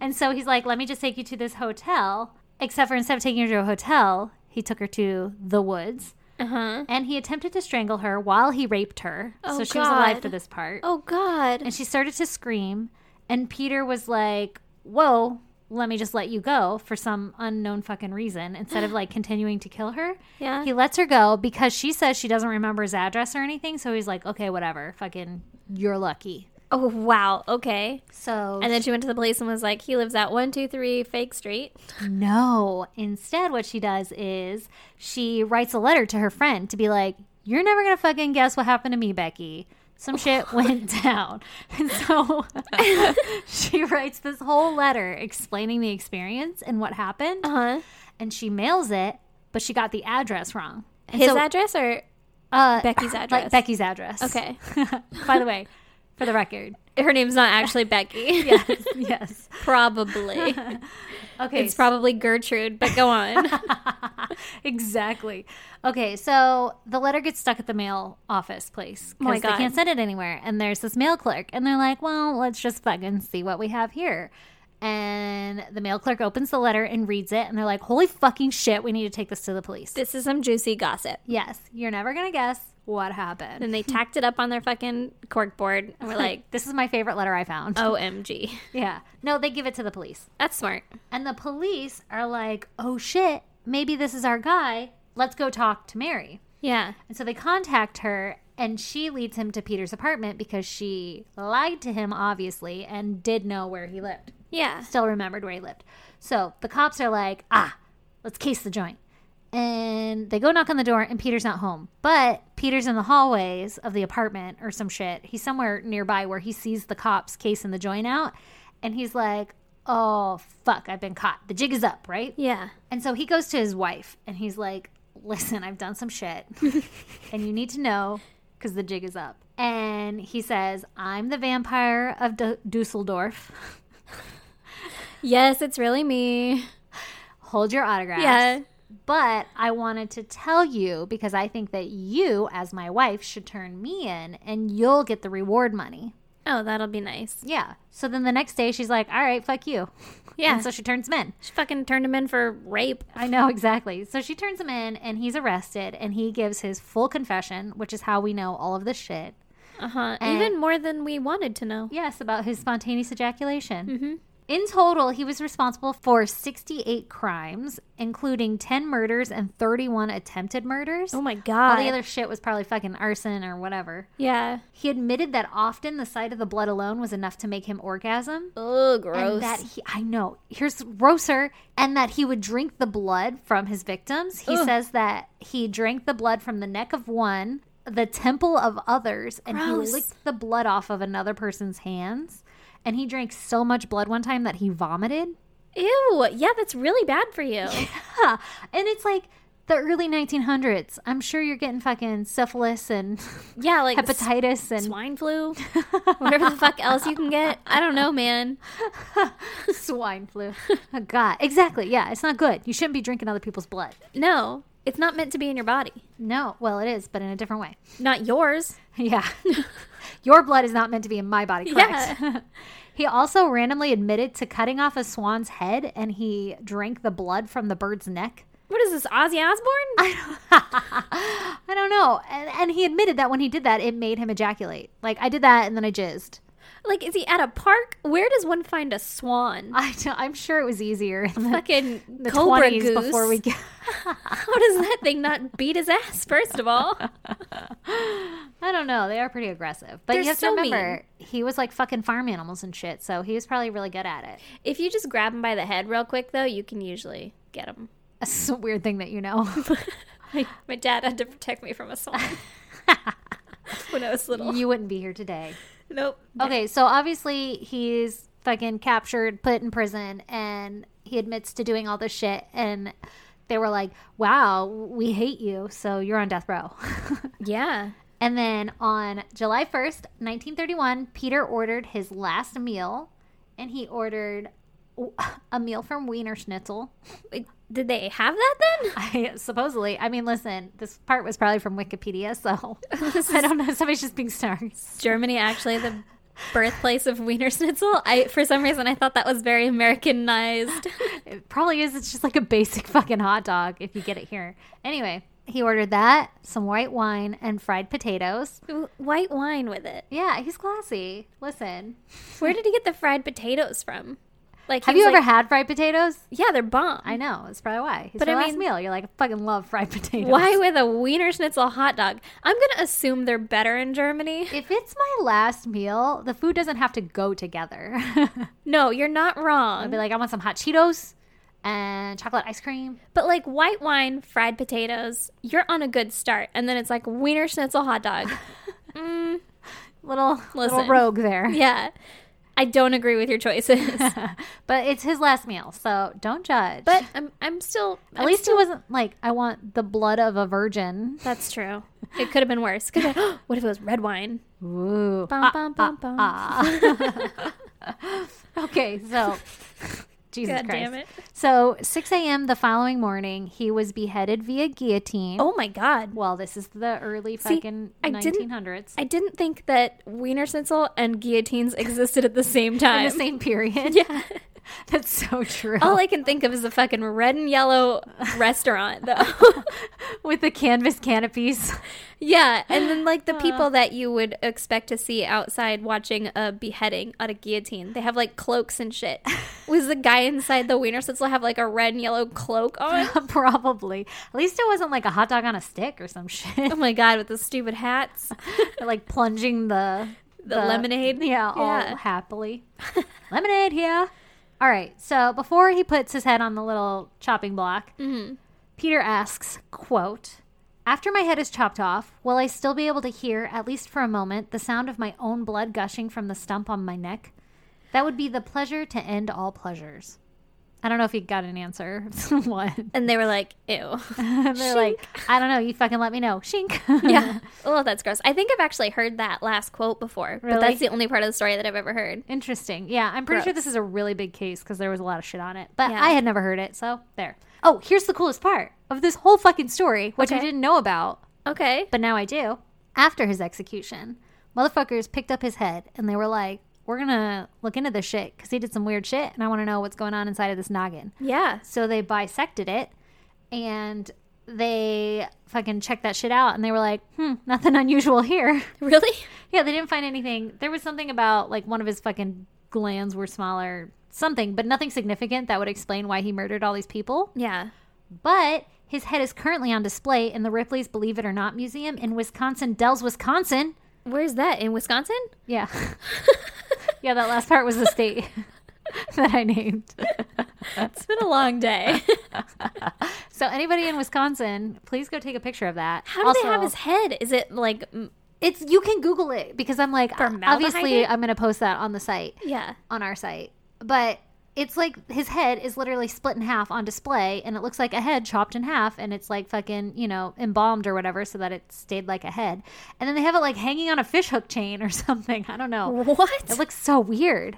S2: and so he's like, let me just take you to this hotel. Except for instead of taking her to a hotel, he took her to the woods
S1: Uh huh.
S2: and he attempted to strangle her while he raped her. so
S1: Oh,
S2: she was alive
S1: God.
S2: for this part.
S1: Oh God.
S2: And she started to scream. And Peter was like, whoa, let me just let you go for some unknown fucking reason. Instead of like continuing to kill her,
S1: Yeah.
S2: he lets her go because she says she doesn't remember his address or anything. So he's like, okay, whatever. Fucking, you're lucky.
S1: Oh wow. Okay.
S2: So
S1: And then she went to the police and was like, "He lives at one two three Fake Street."
S2: No. Instead, what she does is she writes a letter to her friend to be like, You're never going to fucking guess what happened to me, Becky. Some shit went down. And so she writes this whole letter explaining the experience and what happened.
S1: Uh huh.
S2: And she mails it, but she got the address wrong. And
S1: His
S2: so,
S1: address or
S2: uh,
S1: Becky's
S2: Like
S1: address?
S2: Becky's address.
S1: okay.
S2: By the way, for the record.
S1: Her name's not actually Becky.
S2: Yes. yes.
S1: Probably.
S2: Okay.
S1: It's probably Gertrude, but go on.
S2: exactly. Okay, so the letter gets stuck at the mail office place
S1: Oh my
S2: because they
S1: God.
S2: can't send it anywhere. And there's this mail clerk, and they're like, "Well, let's just fucking see what we have here." And the mail clerk opens the letter and reads it, and they're like, "Holy fucking shit, we need to take this to the police."
S1: this is some juicy gossip.
S2: yes, you're never gonna guess what happened.
S1: Then they tacked it up on their fucking cork board and we're like, Oh.
S2: this is my favorite letter I found.
S1: OMG.
S2: Yeah, no, they give it to the police.
S1: That's smart.
S2: And the police are like, oh shit, maybe this is our guy. Let's go talk to Mary.
S1: Yeah.
S2: And so they contact her, and she leads him to Peter's apartment because she lied to him, obviously, and did know where he lived.
S1: Yeah.
S2: Still remembered where he lived. So the cops are like, ah, let's case the joint. And they go knock on the door, and Peter's not home. But Peter's in the hallways of the apartment or some shit. He's somewhere nearby where he sees the cops casing the joint out, and he's like, oh, fuck, I've been caught. The jig is up, right?
S1: Yeah.
S2: And so he goes to his wife and he's like, Listen, I've done some shit and you need to know because the jig is up. And he says, I'm the vampire of D- Dusseldorf.
S1: Yes, it's really me.
S2: Hold your autograph.
S1: Yeah.
S2: But I wanted to tell you because I think that you, as my wife, should turn me in and you'll get the reward money.
S1: Oh, that'll be nice.
S2: Yeah. So then the next day she's like, All right, fuck you.
S1: Yeah.
S2: And so she turns him in.
S1: she fucking turned him in for rape.
S2: I know exactly. So she turns him in, and he's arrested, and he gives his full confession, which is how we know all of this shit.
S1: Uh huh.
S2: And-
S1: Even more than we wanted to know.
S2: Yes, about his spontaneous ejaculation. Mm-hmm. In total, he was responsible for 68 crimes, including 10 murders and 31 attempted murders.
S1: Oh my
S2: all
S1: God.
S2: the other shit was probably fucking arson or whatever.
S1: yeah.
S2: He admitted that often the sight of the blood alone was enough to make him orgasm.
S1: Oh, gross.
S2: And that he, I know, here's grosser, and that he would drink the blood from his victims. He says that he drank the blood from the neck of one, the temple of others, and
S1: Gross.
S2: he licked the blood off of another person's hands. And he drank so much blood one time that he vomited.
S1: Ew. Yeah, that's really bad for you.
S2: Huh. And it's like the early 1900s. I'm sure you're getting fucking syphilis and
S1: Yeah, like s-
S2: hepatitis and
S1: swine flu, whatever the fuck else you can get. I don't know, man.
S2: swine flu. Oh, God. Exactly. Yeah. It's not good. You shouldn't be drinking other people's blood.
S1: No, it's not meant to be in your body.
S2: No. Well, it is, but in a different way.
S1: Not yours.
S2: Yeah. Your blood is not meant to be in my body, correct? he also randomly admitted to cutting off a swan's head and he drank the blood from the bird's neck.
S1: What is this, Ozzy Osbourne?
S2: I don't know. And, and he admitted that when he did that, it made him ejaculate. Like, I did that and then I jizzed.
S1: Like, is he at a park? Where does one find a swan?
S2: I, don't- I'm sure it was easier in the,
S1: Fucking
S2: the
S1: cobra
S2: 20s
S1: goose.
S2: before we get.
S1: How does that thing not beat his ass? First of all,
S2: I don't know. They are pretty aggressive. But
S1: They're
S2: you have
S1: so
S2: to remember, he was like fucking farm animals and shit. So he was probably really good at it.
S1: if you just grab him by the head real quick, though, you can usually get him.
S2: That's a weird thing that you know.
S1: My dad had to protect me from a swan when I was little.
S2: you wouldn't be here today.
S1: Nope.
S2: Okay, so obviously he's fucking captured, put in prison, and he admits to doing all this shit. And they were like, wow, we hate you, so you're on death row.
S1: Yeah.
S2: and then on July 1st, 1931, Peter ordered his last meal, and he ordered a meal from Wiener Schnitzel.
S1: Wait, Did they have that then?
S2: I, supposedly, I mean, listen, this part was probably from Wikipedia, so I don't know. Somebody's just being snarky.
S1: Germany actually the birthplace of Wiener Schnitzel. I for some reason I thought that was very Americanized.
S2: It probably is. It's just like a basic fucking hot dog if you get it here. Anyway, he ordered that, some white wine, and fried potatoes.
S1: White wine with it.
S2: Yeah, he's classy. Listen,
S1: Where did he get the fried potatoes from? Like,
S2: have
S1: he
S2: you
S1: was
S2: ever
S1: like,
S2: had fried potatoes?
S1: Yeah, they're bomb.
S2: I know. That's probably why. It's
S1: But
S2: but your
S1: I
S2: last
S1: mean-
S2: meal. You're like, I fucking love fried potatoes.
S1: Why with a Wiener Schnitzel hot dog? I'm gonna assume they're better in Germany.
S2: If it's my last meal, the food doesn't have to go together.
S1: No, you're not
S2: I'd
S1: wrong.
S2: be like, I want some hot Cheetos and chocolate ice cream.
S1: but like white wine, fried potatoes, you're on a good start, and then it's like Wiener Schnitzel hot dog.
S2: Little little
S1: Listen.
S2: rogue there.
S1: yeah, I don't agree with your choices,
S2: but it's his last meal, so don't judge.
S1: but I'm I'm still
S2: at least he wasn't like, I want the blood of a virgin.
S1: That's true. It could have been worse. Could have been, what if it was red wine?
S2: Ooh.
S1: Bum,
S2: Ah,
S1: bum,
S2: ah,
S1: bum, bum.
S2: ah. okay, so Jesus
S1: God
S2: Christ.
S1: damn it.
S2: So 6 a.m. the following morning, he was beheaded via guillotine.
S1: Oh my god.
S2: Well, this is the early
S1: See,
S2: fucking
S1: I didn't-
S2: 1900s.
S1: I didn't think that Wiener Schnitzel and guillotines existed at the same
S2: In
S1: time.
S2: the same period.
S1: yeah.
S2: That's so true.
S1: All I can think of is a fucking red and yellow restaurant, though.
S2: With the canvas canopies.
S1: yeah. And then, like, the people that you would expect to see outside watching a beheading on a guillotine, they have, like, cloaks and shit. Was the guy inside the Wiener Schnitzel have, like, a red and yellow cloak on?
S2: Probably. At least it wasn't like a hot dog on a stick or some shit.
S1: Oh my God, with the stupid hats.
S2: Or, like plunging the,
S1: The lemonade?
S2: Yeah,
S1: Yeah.
S2: all happily. lemonade here. All right. So before he puts his head on the little chopping block,
S1: Mm-hmm.
S2: Peter asks, quote, after my head is chopped off, will I still be able to hear, at least for a moment, the sound of my own blood gushing from the stump on my neck? That would be the pleasure to end all pleasures. I don't know if he got an answer. what?
S1: And they were like, ew.
S2: And they're like, I don't know. You fucking let me know. Shink.
S1: yeah. Oh, that's gross. I think I've actually heard that last quote before, but
S2: Really?
S1: that's the only part of the story that I've ever heard.
S2: Interesting. Yeah, I'm pretty sure this is a really big case because there was a lot of shit on it, but
S1: Yeah.
S2: I had never heard it. So there. Oh, here's the coolest part of this whole fucking story, which I
S1: Okay.
S2: didn't know about,
S1: Okay.
S2: but now I do. After his execution, motherfuckers picked up his head and they were like, "We're gonna look into this shit because he did some weird shit, and I want to know what's going on inside of this noggin."
S1: Yeah.
S2: So they bisected it and they fucking checked that shit out, and they were like, "Hmm, nothing unusual here."
S1: Really?
S2: Yeah, they didn't find anything. There was something about like one of his fucking glands were smaller, something, but nothing significant that would explain why he murdered all these people.
S1: Yeah.
S2: But his head is currently on display in the Ripley's Believe It or Not Museum in Wisconsin Dells, Wisconsin.
S1: Where's that? In Wisconsin?
S2: Yeah. yeah, that last part was the state that I named.
S1: It's been a long day.
S2: So anybody in Wisconsin, please go take a picture of that.
S1: How do they have his head? Is it like, m-
S2: It's you can Google it because I'm like
S1: Formaldehyde
S2: obviously
S1: it?
S2: I'm gonna post that on the site.
S1: yeah.
S2: on our site. But it's like his head is literally split in half on display, and it looks like a head chopped in half, and it's like fucking, you know, embalmed or whatever so that it stayed like a head. And then they have it like hanging on a fishhook chain or something. I don't know. It
S1: What?
S2: looks so weird.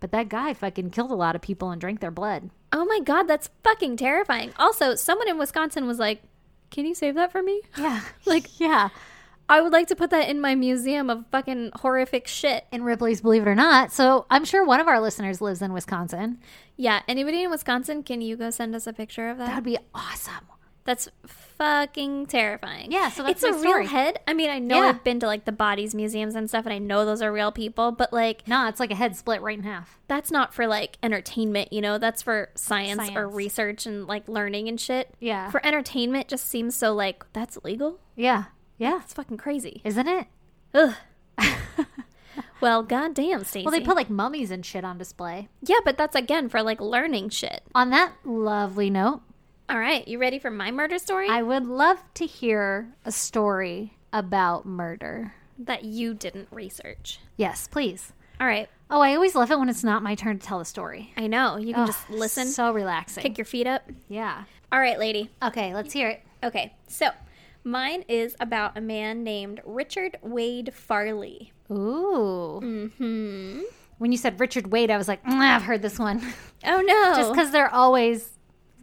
S2: But that guy fucking killed a lot of people and drank their blood.
S1: Oh my God, that's fucking terrifying. Also, someone in Wisconsin was like, can you save that for me?
S2: Yeah. like, yeah.
S1: I would like to put that in my museum of fucking horrific shit.
S2: In Ripley's Believe It or Not. So I'm sure one of our listeners lives in Wisconsin.
S1: Yeah. Anybody in Wisconsin, can you go send us a picture of that?
S2: That would be awesome.
S1: That's fucking terrifying.
S2: Yeah, so
S1: it's
S2: that's
S1: a
S2: my story.
S1: real head. I mean, I know
S2: Yeah.
S1: I've been to like the bodies museums and stuff, and I know those are real people, but like
S2: No, it's like a head split right in half.
S1: that's not for like entertainment, you know. That's for science, or
S2: Science.
S1: research and like learning and shit.
S2: Yeah.
S1: For entertainment, just seems so like that's legal.
S2: Yeah. Yeah.
S1: It's fucking crazy.
S2: Isn't it?
S1: Ugh. well, goddamn, Stacey.
S2: Well, they put like mummies and shit on display.
S1: yeah, but that's again for like learning shit.
S2: On that lovely note,
S1: All right, you ready for my murder story
S2: I would love to hear a story about murder.
S1: that you didn't research?
S2: Yes, please.
S1: All right,
S2: Oh, I always love it when it's not my turn to tell the story.
S1: I know you can just
S2: Ugh,
S1: listen,
S2: So relaxing.
S1: kick your feet up.
S2: yeah.
S1: All right, lady.
S2: Okay, let's hear it.
S1: Okay, so mine is about a man named Richard Wade Farley.
S2: Ooh. Mm-hmm. When you said Richard Wade, I was like, "Mm, I've heard this one.
S1: Oh no.
S2: Just because they're always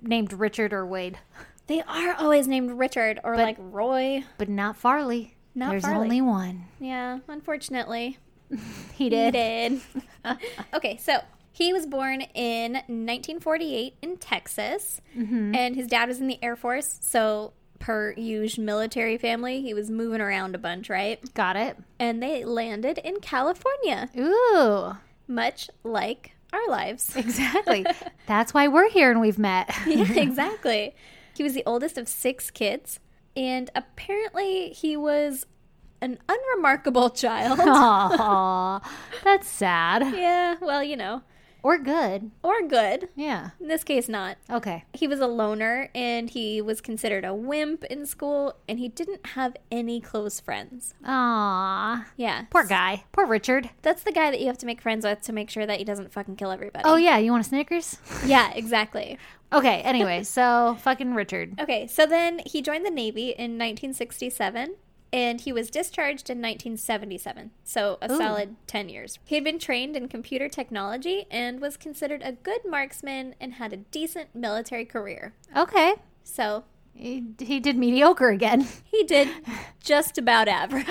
S2: named Richard or Wade,
S1: they are always named Richard or like Roy.
S2: but not Farley.
S1: Not
S2: There's
S1: Farley.
S2: only one.
S1: Yeah, unfortunately.
S2: He
S1: He
S2: did.
S1: did. okay, so he was born in 1948 in Texas, and his dad was in the Air Force. So, per usual military family, he was moving around a bunch, right?
S2: Got it.
S1: And they landed in California,
S2: Ooh,
S1: much like our lives.
S2: exactly. That's why we're here and we've met.
S1: yeah, exactly. He was the oldest of six kids, and apparently, he was an unremarkable child.
S2: Aw, that's sad.
S1: yeah, well, you know,
S2: Or good.
S1: or good.
S2: Yeah.
S1: In this case, not.
S2: Okay.
S1: He was a loner and he was considered a wimp in school and he didn't have any close friends.
S2: Aw.
S1: Yeah.
S2: Poor guy. Poor Richard.
S1: That's the guy that you have to make friends with to make sure that he doesn't fucking kill everybody.
S2: Oh, yeah. You want a Snickers?
S1: yeah, exactly.
S2: Okay. Anyway, so fucking Richard.
S1: Okay, so then he joined the Navy in 1967 and he was discharged in 1977. So a
S2: Ooh.
S1: solid 10 years. He had been trained in computer technology and was considered a good marksman and had a decent military career.
S2: Okay.
S1: So
S2: He, he did mediocre again.
S1: he did just about average.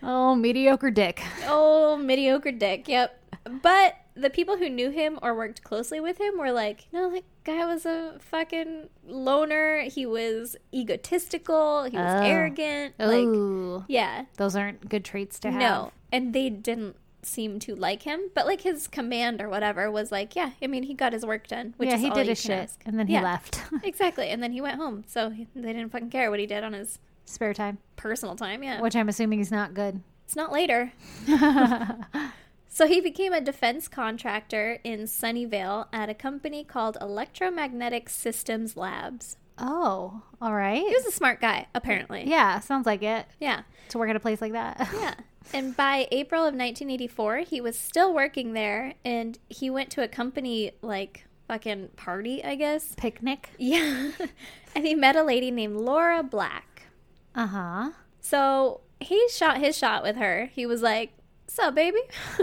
S2: Oh, mediocre dick.
S1: Oh, mediocre dick. Yep. But the people who knew him or worked closely with him were like, no, that guy was a fucking loner. He was egotistical. He was
S2: Oh.
S1: arrogant. Like,
S2: Ooh.
S1: yeah.
S2: Those aren't good traits to have.
S1: No. And they didn't seem to like him. But like his command or whatever was like, yeah, I mean, he got his work done, which
S2: yeah,
S1: is
S2: he
S1: all
S2: did
S1: you
S2: his
S1: can
S2: shit
S1: ask.
S2: and then he
S1: Yeah.
S2: left.
S1: Exactly. And then he went home. So he- they didn't fucking care what he did on his
S2: Spare time,
S1: personal time. Yeah.
S2: which I'm assuming is not good. Oh,
S1: It's not later. so he became a defense contractor in Sunnyvale at a company called Electromagnetic Systems Labs.
S2: Oh, all right.
S1: He was a smart guy, apparently.
S2: yeah, sounds like it
S1: Yeah.
S2: to work at a place like that.
S1: Yeah. And by April of 1984, he was still working there and he went to a company like fucking party, I guess.
S2: Picnic.
S1: Yeah. and he met a lady named Laura Black.
S2: Uh huh.
S1: So he shot his shot with her. He was like, Sup, baby?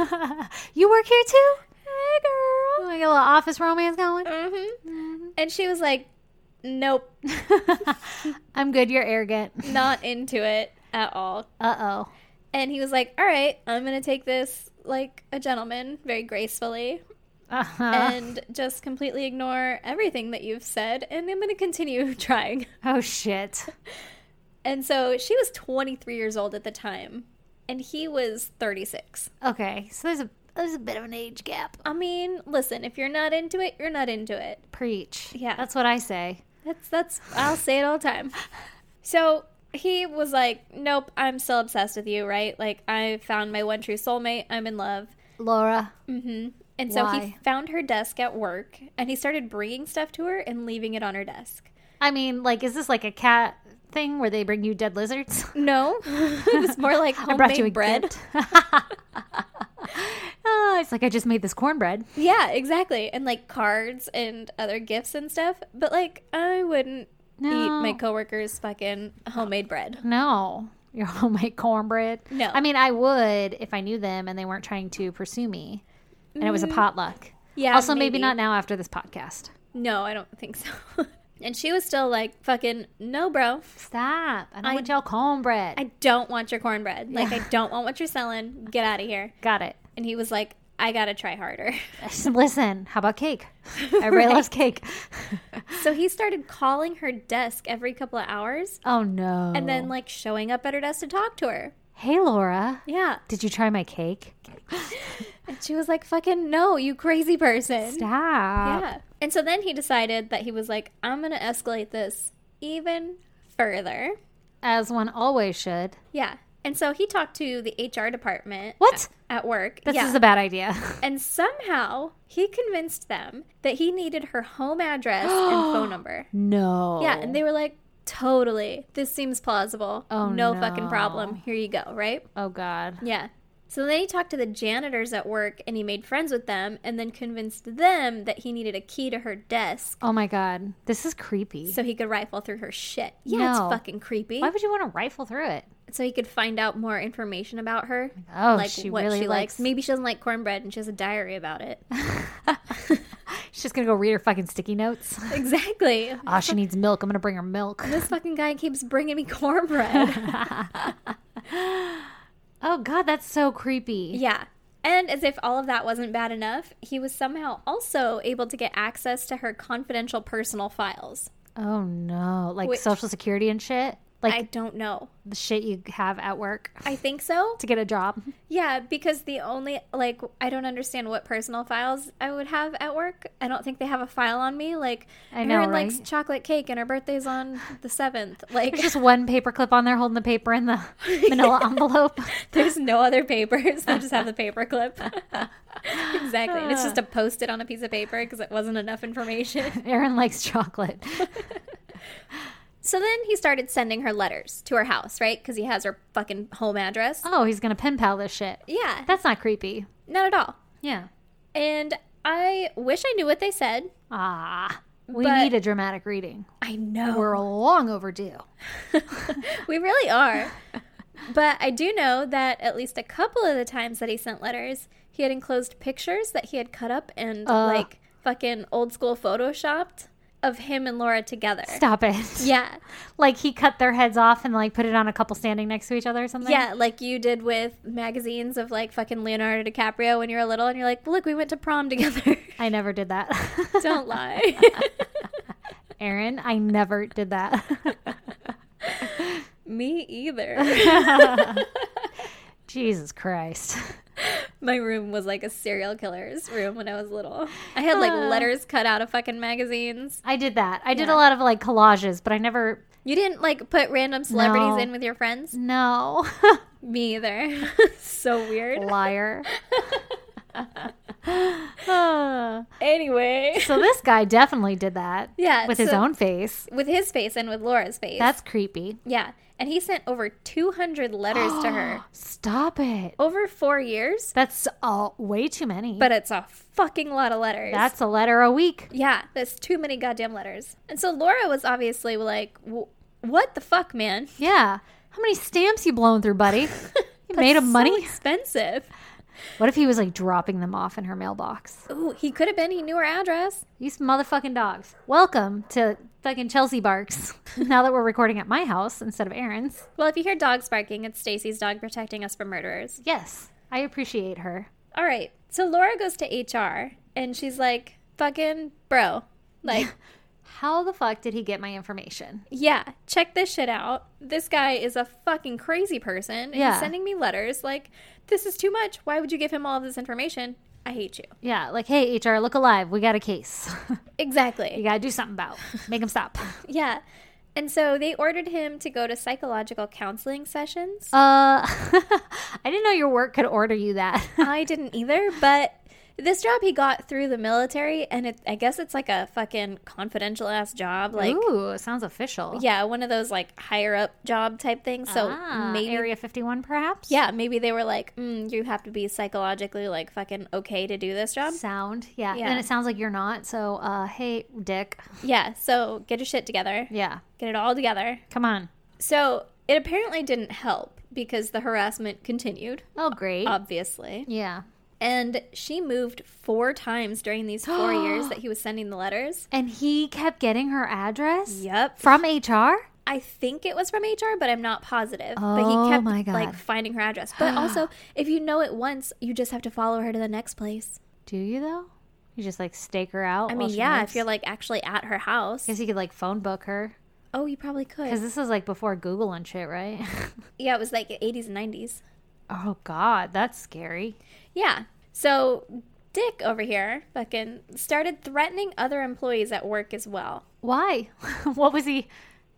S2: you work here too?
S1: Hey, girl.
S2: Oh, I got a little office romance going.
S1: hmm And she was like, nope,
S2: I'm good. You're arrogant.
S1: not into it at all.
S2: Uh oh.
S1: And he was like, all right, I'm going to take this like a gentleman very gracefully
S2: Uh huh.
S1: and just completely ignore everything that you've said. And I'm going to continue trying.
S2: Oh shit.
S1: And so she was 23 years old at the time, and he was 36.
S2: Okay, so there's a there's a bit of an age gap.
S1: I mean, listen, if you're not into it, you're not into it.
S2: Preach.
S1: Yeah.
S2: that's what I say.
S1: That's that's I'll say it all the time. So he was like, Nope, I'm still obsessed with you, right? Like I found my one true soulmate, I'm in love.
S2: Laura.
S1: And so he
S2: Why?
S1: found her desk at work and he started bringing stuff to her and leaving it on her desk.
S2: I mean, like, is this like a cat thing where they bring you dead lizards?
S1: No, it was more like
S2: I brought you
S1: homemade
S2: a
S1: bread.
S2: gift. oh, it's like I just made this cornbread.
S1: Yeah, exactly. And like cards and other gifts and stuff. But like, I wouldn't eat
S2: No.
S1: my coworkers' fucking homemade bread.
S2: No, your homemade cornbread.
S1: No.
S2: I mean I would if I knew them and they weren't trying to pursue me, and it was a potluck.
S1: Mm. Yeah.
S2: also, maybe not now after this podcast.
S1: No, I don't think so. and she was still like, fucking, no, bro.
S2: Stop! I don't
S1: I-
S2: want y'all cornbread.
S1: I don't want your cornbread. Like, I don't want what you're selling. Get out of here.
S2: Got it.
S1: And he was like, I gotta try harder.
S2: Listen, how about cake? Everybody loves cake.
S1: so he started calling her desk every couple of hours
S2: Oh no!
S1: and then, like, showing up at her desk to talk to her.
S2: hey Laura,
S1: Yeah.
S2: did you try my cake?
S1: And she was like, fucking, no, you crazy person.
S2: Stop!
S1: Yeah. And so then he decided that he was like, I'm gonna escalate this even further.
S2: As one always should.
S1: Yeah. And so he talked to the HR department.
S2: What?
S1: At work.
S2: This
S1: yeah.
S2: is a bad idea.
S1: And somehow he convinced them that he needed her home address and phone number.
S2: no.
S1: Yeah, and they were like, totally, this seems plausible.
S2: Oh,
S1: no,
S2: no.
S1: fucking problem. Here you go, right?
S2: Oh God.
S1: Yeah. So then he talked to the janitors at work and he made friends with them and then convinced them that he needed a key to her desk
S2: Oh my God. This is creepy.
S1: so he could rifle through her shit. Yeah,
S2: No.
S1: it's fucking creepy.
S2: Why would you want to rifle through it?
S1: so he could find out more information about her.
S2: Oh,
S1: like
S2: she
S1: what
S2: really
S1: she likes.
S2: likes.
S1: Maybe she doesn't like cornbread and she has a diary about it.
S2: She's just gonna go read her fucking sticky notes.
S1: exactly.
S2: Ah, she needs milk. I'm gonna bring her milk.
S1: This fucking guy keeps bringing me cornbread.
S2: Oh God, that's so creepy.
S1: yeah. And as if all of that wasn't bad enough, he was somehow also able to get access to her confidential personal files.
S2: Oh no, like
S1: Which-
S2: social security and shit, like
S1: I don't know.
S2: the shit you have at work
S1: I think so.
S2: to get a job.
S1: Yeah, because the only like I don't understand what personal files I would have at work. I don't think they have a file on me. Like
S2: I know,
S1: Erin likes
S2: right?
S1: chocolate cake and her birthday's on the seventh. Like
S2: There's just one paper clip on there holding the paper in the manila envelope.
S1: there's no other papers. They just have the paper clip. exactly. And it's just a post it on a piece of paper because it wasn't enough information.
S2: Erin likes chocolate.
S1: so then he started sending her letters to her house, right? Because he has her fucking home address.
S2: Oh, he's gonna pen pal this shit.
S1: Yeah,
S2: That's not creepy.
S1: not at all.
S2: Yeah.
S1: And I wish I knew what they said.
S2: Ah, we
S1: But-
S2: need a dramatic reading.
S1: I know.
S2: We're long overdue.
S1: We really are. but I do know that at least a couple of the times that he sent letters, he had enclosed pictures that he had cut up and
S2: Ugh.
S1: like fucking old school photoshopped of him and Laura together.
S2: Stop it.
S1: Yeah.
S2: Like he cut their heads off and like put it on a couple standing next to each other or something.
S1: Yeah, like you did with magazines of like fucking Leonardo DiCaprio when you were little and you're like, "Look, we went to prom together."
S2: I never did that.
S1: Don't lie.
S2: Erin, I never did that.
S1: Me either.
S2: Jesus Christ.
S1: My room was like a serial killer's room when I was little. I had like
S2: Ah.
S1: letters cut out of fucking magazines.
S2: I did that. I did
S1: Yeah.
S2: a lot of like collages, but I never.
S1: You didn't like put random celebrities
S2: No.
S1: in with your friends?
S2: No.
S1: Me either. so weird.
S2: Liar. Uh,
S1: Anyway,
S2: so this guy definitely did that.
S1: Yeah,
S2: With his
S1: so-
S2: own face.
S1: with his face and with Laura's face.
S2: That's creepy.
S1: yeah. And he sent over 200 letters to her
S2: Stop it.
S1: over four years,
S2: That's all way too many.
S1: Oh. but it's a fucking lot of letters.
S2: that's a letter a week.
S1: yeah, that's too many goddamn letters. And so Laura was obviously like, "W- "What the fuck, man?
S2: Yeah. How many stamps you blown through, buddy? You made him
S1: So
S2: money.
S1: expensive."
S2: What if he was like dropping them off in her mailbox?
S1: Ooh, he could have been. He knew her address.
S2: These motherfucking dogs. Welcome to fucking Chelsea Barks. now that we're recording at my house instead of Aaron's.
S1: Well, if you hear dogs barking, it's Stacy's dog protecting us from murderers.
S2: Yes, I appreciate her.
S1: All right. So Laura goes to HR and she's like, fucking bro. Like,
S2: How the fuck did he get my information?
S1: yeah, check this shit out. This guy is a fucking crazy person. and He's
S2: Yeah.
S1: sending me letters. Like, this is too much. Why would you give him all of this information? I hate you.
S2: Yeah, like, hey, HR, look alive. We got a case. you
S1: Exactly.
S2: gotta do something about. Make him stop.
S1: Yeah. And so they ordered him to go to psychological counseling sessions.
S2: Uh, I didn't know your work could order you that.
S1: I didn't either, but this job he got through the military, and it, I guess it's like a fucking confidential ass job. Like,
S2: Ooh, sounds official.
S1: Yeah, one of those like higher up job type things. So
S2: Ah,
S1: maybe,
S2: Area 51, perhaps?
S1: yeah, maybe they were like, mm, you have to be psychologically like fucking okay to do this job.
S2: Sound. Yeah.
S1: Yeah.
S2: And it sounds like you're not. So, uh, hey, Dick.
S1: Yeah, so get your shit together,
S2: Yeah.
S1: get it all together.
S2: Come on.
S1: So it apparently didn't help because the harassment continued,
S2: Oh, great.
S1: Uh, obviously.
S2: yeah.
S1: And she moved four times during these four years that he was sending the letters.
S2: And he kept getting her address
S1: Yep.
S2: from HR?
S1: I think it was from HR, but I'm not positive. but
S2: Oh
S1: he kept
S2: my God.
S1: like finding her address. But also, if you know it once, you just have to follow her to the next place.
S2: Do you, though? You just like stake her out?
S1: I mean, yeah, if you're like actually at her house.
S2: Guess you could like phone book her.
S1: Oh, you probably
S2: Because
S1: could.
S2: this is like before Google and shit, right?
S1: Yeah, it was like 80s and 90s.
S2: oh, God. That's scary.
S1: Yeah. So Dick over here fucking started threatening other employees at work as well.
S2: Why? what was he?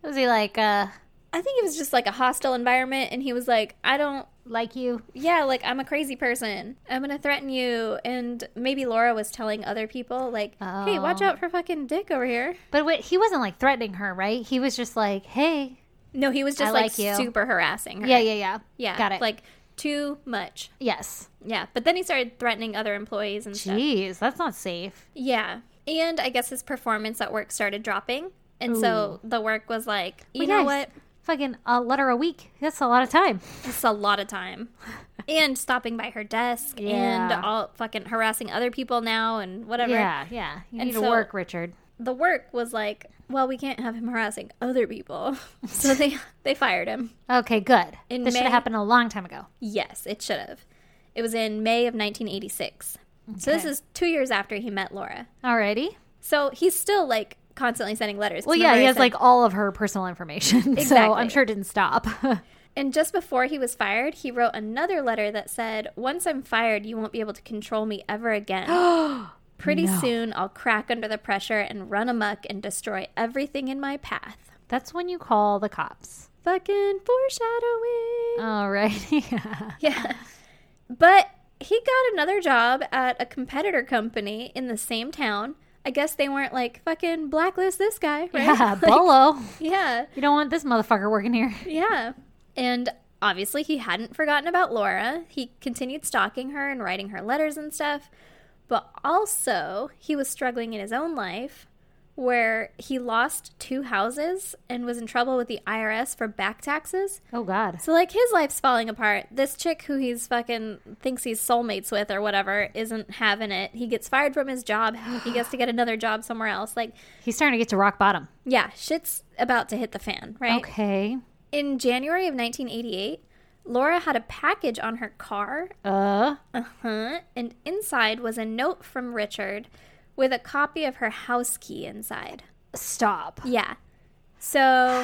S2: Was he like, uh,
S1: I think it was just like a hostile environment, and he was like, I don't.
S2: like you?
S1: Yeah, like I'm a crazy person. I'm gonna threaten you. And maybe Laura was telling other people, like, hey, watch
S2: Oh.
S1: out for fucking Dick over here.
S2: But wait, he wasn't like threatening her, right? He was just like, hey.
S1: No, he was just
S2: I
S1: like,
S2: like you.
S1: super harassing her.
S2: Yeah, yeah, yeah.
S1: yeah.
S2: Got it.
S1: Like too much.
S2: yes.
S1: Yeah. But then he started threatening other employees and stuff.
S2: Jeez, that's not safe.
S1: Yeah. And I guess his performance at work started dropping. And so the work was like, you
S2: Well,
S1: know
S2: yeah,
S1: what?
S2: fucking a letter a week. That's a lot of time.
S1: It's a lot of time. and stopping by her desk and
S2: Yeah.
S1: all fucking harassing other people now and whatever.
S2: Yeah, yeah. You
S1: And
S2: need to
S1: so-
S2: work, Richard.
S1: The work was like, well, we can't have him harassing other people. so they they fired him.
S2: Okay, good.
S1: In
S2: this should
S1: May-
S2: have happened a long time ago.
S1: Yes, it should have. It was in May of 1986. So this
S2: Okay.
S1: is 2 years after he met Laura.
S2: Alrighty.
S1: So he's still like constantly sending letters. 'Cause
S2: Well, yeah,
S1: remember
S2: he
S1: I
S2: has
S1: said-
S2: like all of her personal information, so
S1: Exactly.
S2: I'm sure it didn't stop.
S1: And just before he was fired, he wrote another letter that said, Once I'm fired, you won't be able to control me ever again. Pretty soon, I'll crack under the pressure and run amok and destroy everything in my path.
S2: That's when you call the cops.
S1: Fucking
S2: Uh-huh.
S1: foreshadowing.
S2: Alrighty. yeah.
S1: Yeah. But he got another job at a competitor company in the same town. I guess they weren't like, fucking blacklist this guy, right?
S2: Yeah,
S1: Like,
S2: Bolo.
S1: yeah.
S2: You don't want this motherfucker working here.
S1: Yeah. And obviously, he hadn't forgotten about Laura. He continued stalking her and writing her letters and stuff. But also, he was struggling in his own life where he lost two houses and was in trouble with the IRS for back taxes.
S2: Oh God.
S1: So, like, his life's falling apart. This chick who he's fucking thinks he's soulmates with or whatever isn't having it. He gets fired from his job. He gets to get another job somewhere else. Like,
S2: He's starting to get to rock bottom.
S1: yeah, shit's about to hit the fan, right?
S2: Okay.
S1: In January of 1988, Laura had a package on her car,
S2: Uh.
S1: uh-huh, and inside was a note from Richard with a copy of her house key inside.
S2: Stop.
S1: Yeah. So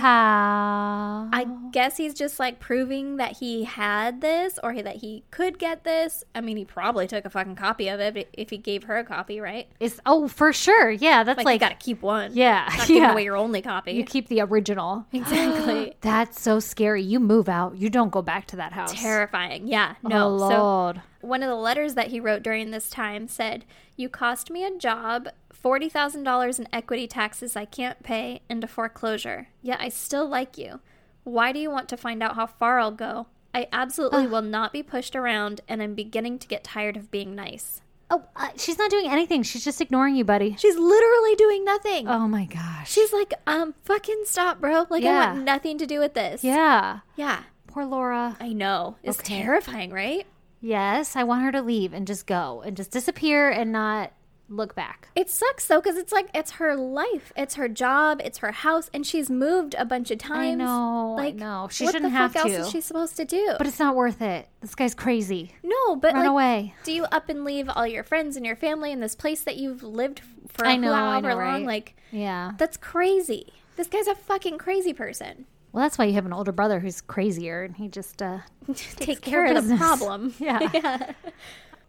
S2: How?
S1: I guess he's just like proving that he had this or that he could get this. I mean, he probably took a fucking copy of it if he gave her a copy, right?
S2: Is oh for sure. Yeah, that's
S1: Like,
S2: like,
S1: you gotta keep one.
S2: yeah,
S1: Not giving
S2: yeah.
S1: away your only copy.
S2: you keep the original.
S1: exactly.
S2: That's so scary. You move out. You don't go back to that house.
S1: Terrifying. Yeah.
S2: Oh,
S1: No. so
S2: Lord.
S1: one of the letters that he wrote during this time said, You cost me a job, $40,000 in equity taxes I can't pay, and a foreclosure. Yet I still like you. Why do you want to find out how far I'll go? I absolutely will not be pushed around, and I'm beginning to get tired of being nice.
S2: oh, uh, she's not doing anything. She's just ignoring you, buddy.
S1: She's literally doing nothing.
S2: Oh my gosh.
S1: She's like, um, fucking stop, bro. Like, I
S2: Yeah.
S1: want nothing to do with this.
S2: yeah.
S1: Yeah.
S2: Poor Laura.
S1: I know. It's
S2: Okay.
S1: terrifying, right?
S2: Yes, I want her to leave and just go and just disappear and not look back.
S1: It sucks though, because it's like it's her life, it's her job, it's her house, and she's moved a bunch of times.
S2: know, I know. She
S1: what
S2: shouldn't
S1: the
S2: have
S1: fuck
S2: to.
S1: else is she supposed to do?
S2: But it's not worth it. This guy's crazy.
S1: no, but
S2: Run
S1: like,
S2: away.
S1: do you up and leave all your friends and your family in this place that you've lived f- for
S2: I know, I
S1: however
S2: know,
S1: long?
S2: right?
S1: Like
S2: Yeah.
S1: that's crazy. This guy's a fucking crazy person.
S2: Well, that's why you have an older brother who's crazier and he just uh
S1: Take care of the
S2: business.
S1: problem.
S2: yeah.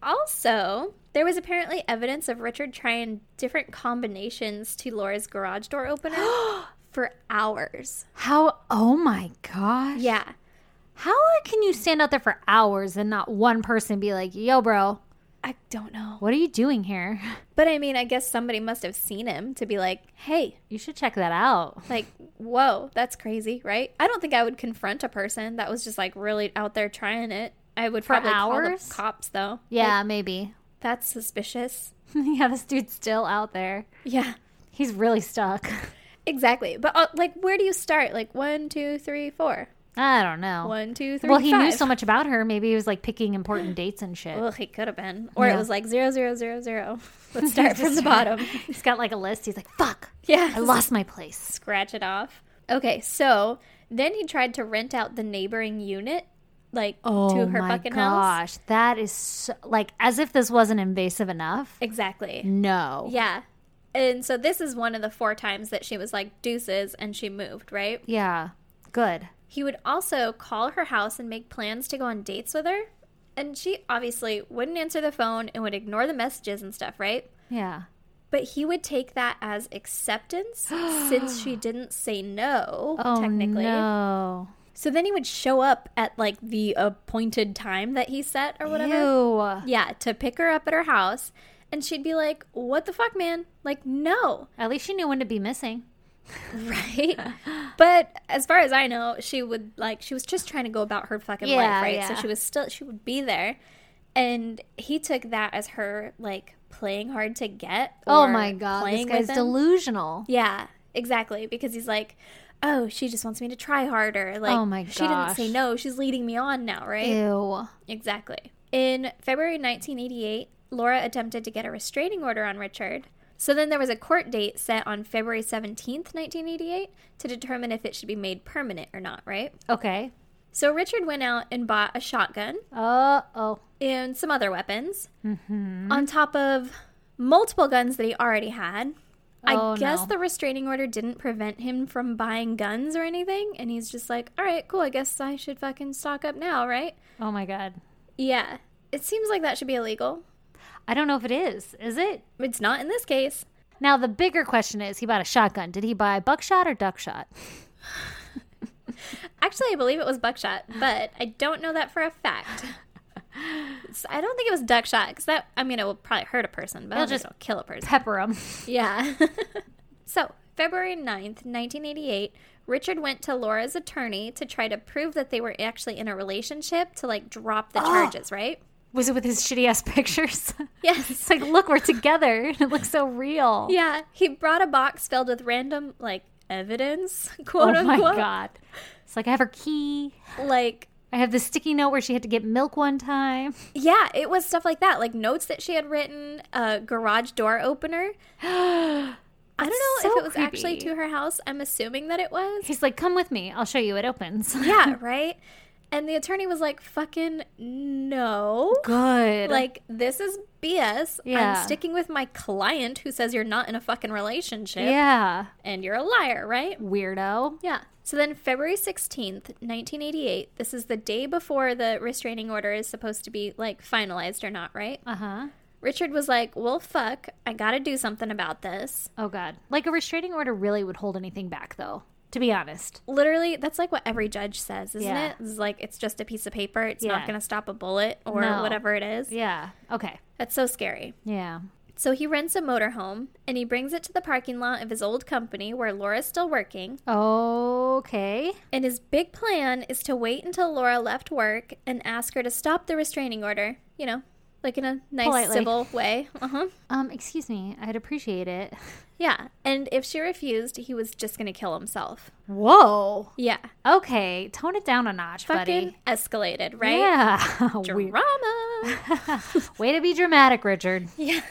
S1: Also, there was apparently evidence of Richard trying different combinations to Laura's garage door opener for hours.
S2: How oh my gosh.
S1: Yeah.
S2: How can you stand out there for hours and not one person be like, "Yo, bro,
S1: I don't know.
S2: what are you doing here?
S1: But I mean, I guess somebody must have seen him to be like, hey,
S2: You should check that out."
S1: like, whoa, that's crazy, right? I don't think I would confront a person that was just like really out there trying it. I would probably
S2: hours?
S1: call the cops though.
S2: Yeah, maybe.
S1: That's suspicious.
S2: yeah, this dude's still out there.
S1: Yeah,
S2: He's really stuck.
S1: exactly. But uh, like, where do you start? Like, one, two, three, four.
S2: I don't know.
S1: One, two, three,
S2: well, he knew
S1: five.
S2: so much about her. Maybe he was like picking important dates and shit.
S1: Well, he could have been. Or
S2: Yeah.
S1: it was like zero, zero, zero, zero. Let's start from the bottom.
S2: He's got like a list. He's like, "Fuck,
S1: Yeah.
S2: I lost my place."
S1: scratch it off. Okay, so then he tried to rent out the neighboring unit, like
S2: Oh
S1: to her fucking house.
S2: gosh, that is so, like as if this wasn't invasive enough.
S1: Exactly.
S2: No.
S1: Yeah. And so this is one of the four times that she was like deuces and she moved, right?
S2: Yeah. Good.
S1: He would also call her house and make plans to go on dates with her. And she obviously wouldn't answer the phone and would ignore the messages and stuff, right?
S2: Yeah.
S1: But he would take that as acceptance since she didn't say no,
S2: Oh
S1: technically.
S2: no.
S1: So then he would show up at like the appointed time that he set or whatever.
S2: Ew.
S1: Yeah, to pick her up at her house. And she'd be like, What the fuck, man? Like, no.
S2: At least she knew when to be missing.
S1: Right? but as far as I know, she would like, she was just trying to go about her fucking
S2: Yeah,
S1: life, right? So
S2: yeah.
S1: she was still, she would be there. And he took that as her like playing hard to get.
S2: Oh
S1: or
S2: my god, this
S1: playing
S2: guy's
S1: with him.
S2: delusional.
S1: Yeah, exactly. Because he's like, oh, she just wants me to try harder. Like,
S2: Oh my
S1: she didn't say
S2: gosh.
S1: no. She's leading me on now, right?
S2: Ew.
S1: Exactly. In February 1988, Laura attempted to get a restraining order on Richard. So then there was a court date set on February 17th, 1988 to determine if it should be made permanent or not, right?
S2: Okay.
S1: So Richard went out and bought a shotgun
S2: Uh oh.
S1: and some other weapons
S2: Mm-hmm.
S1: on top of multiple guns that he already had.
S2: Oh,
S1: I guess
S2: no.
S1: the restraining order didn't prevent him from buying guns or anything. And he's just like, all right, cool. I guess I should fucking stock up now, right?
S2: Oh my god.
S1: Yeah. It seems like that should be illegal.
S2: I don't know if it is. Is it?
S1: It's not in this case.
S2: Now the bigger question is he bought a shotgun. Did he buy buckshot or duckshot?
S1: Actually, I believe it was buckshot, but I don't know that for a fact. So I don't think it was duckshot because that, I mean, it will probably hurt a person, but
S2: It'll
S1: it'll just
S2: just-
S1: kill a person.
S2: Pepper him.
S1: Yeah. so, February 9th, 1988, Richard went to Laura's attorney to try to prove that they were actually in a relationship to like drop
S2: Ah.
S1: the charges, right?
S2: Was it with his shitty ass pictures?
S1: Yes.
S2: it's like, look, we're together. It looks so real.
S1: yeah. He brought a box filled with random, like, evidence,
S2: Oh
S1: quote
S2: my
S1: unquote.
S2: god. It's like I have her key.
S1: Like,
S2: I have the sticky note where she had to get milk one time.
S1: yeah, it was stuff like that, like notes that she had written, a garage door opener. I don't know
S2: so
S1: if it was actually
S2: creepy.
S1: to her house. I'm assuming that it was.
S2: He's like, come with me. I'll show you. It opens.
S1: Yeah, right? And the attorney was like, fucking no.
S2: Good.
S1: Like, this is BS.
S2: Yeah.
S1: I'm sticking with my client who says you're not in a fucking relationship
S2: yeah.
S1: and you're a liar, right?
S2: Weirdo.
S1: Yeah. So then, February 16th, 1988, this is the day before the restraining order is supposed to be like finalized or not, right?
S2: Uh huh.
S1: Richard was like, well, fuck, I gotta do something about this.
S2: Oh god. Like a restraining order really would hold anything back though. To be honest.
S1: Literally, that's like what every judge says, isn't
S2: Yeah.
S1: it? It's like, it's just a piece of paper. It's
S2: Yeah.
S1: not gonna stop a bullet or
S2: No.
S1: whatever it is.
S2: Yeah. Okay.
S1: That's so scary.
S2: Yeah.
S1: So he rents a motorhome and he brings it to the parking lot of his old company where Laura's still working.
S2: Okay.
S1: And his big plan is to wait until Laura left work and ask her to stop the restraining order, you know, like in a nice
S2: Politely.
S1: civil way. Uh huh.
S2: Um, excuse me. I'd appreciate it.
S1: Yeah. And if she refused, he was just going to kill himself.
S2: Whoa.
S1: Yeah.
S2: Okay. Tone it down a notch,
S1: Fucking
S2: buddy.
S1: escalated, right?
S2: Yeah. Weird.
S1: Drama.
S2: Way to be dramatic, Richard.
S1: yeah.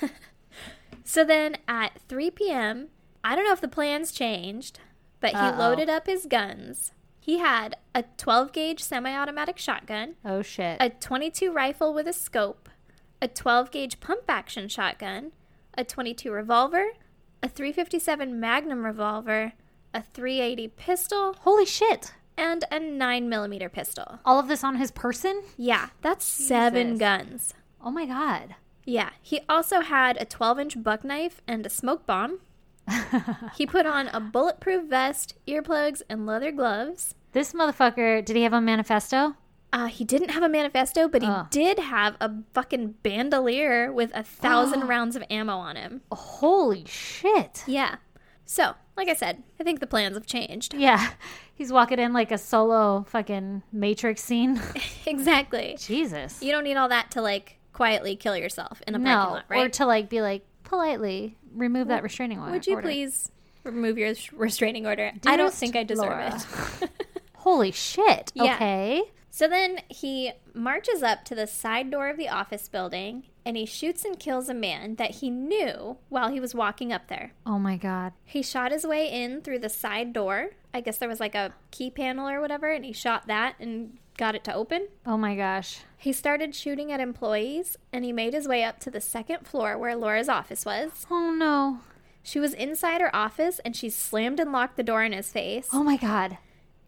S1: So then at 3 p.m., I don't know if the plans changed, but he
S2: Uh-oh.
S1: loaded up his guns. He had a 12 gauge semi automatic shotgun,
S2: Oh shit.
S1: a 22 rifle with a scope, a 12 gauge pump action shotgun, a 22 revolver, a 357 Magnum revolver, a 380 pistol,
S2: Holy shit.
S1: and a 9mm pistol.
S2: All of this on his person?
S1: Yeah, that's seven
S2: Jesus.
S1: guns.
S2: Oh my god.
S1: Yeah, he also had a 12 inch buck knife and a smoke bomb. he put on a bulletproof vest, earplugs, and leather gloves.
S2: This motherfucker, did he have a manifesto?
S1: Uh, he didn't have a manifesto, but he
S2: Ugh.
S1: did have a fucking bandolier with a thousand rounds of ammo on him.
S2: Holy shit.
S1: Yeah. So, like I said, I think the plans have changed.
S2: Yeah. He's walking in like a solo fucking Matrix scene.
S1: exactly.
S2: Jesus.
S1: You don't need all that to, like, quietly kill yourself in a parking
S2: no.
S1: lot, right?
S2: Or to like be like, politely remove that restraining order.
S1: Would you
S2: order.
S1: please remove your restraining order? I don't
S2: Dearest
S1: think I deserve
S2: Laura.
S1: it.
S2: Holy shit.
S1: Yeah.
S2: Okay.
S1: So then he marches up to the side door of the office building and he shoots and kills a man that he knew while he was walking up there.
S2: Oh my god.
S1: He shot his way in through the side door. I guess there was like a key panel or whatever, and he shot that and got it to open.
S2: Oh my gosh.
S1: He started shooting at employees and he made his way up to the second floor where Laura's office was.
S2: Oh no.
S1: She was inside her office and she slammed and locked the door in his face.
S2: Oh my god.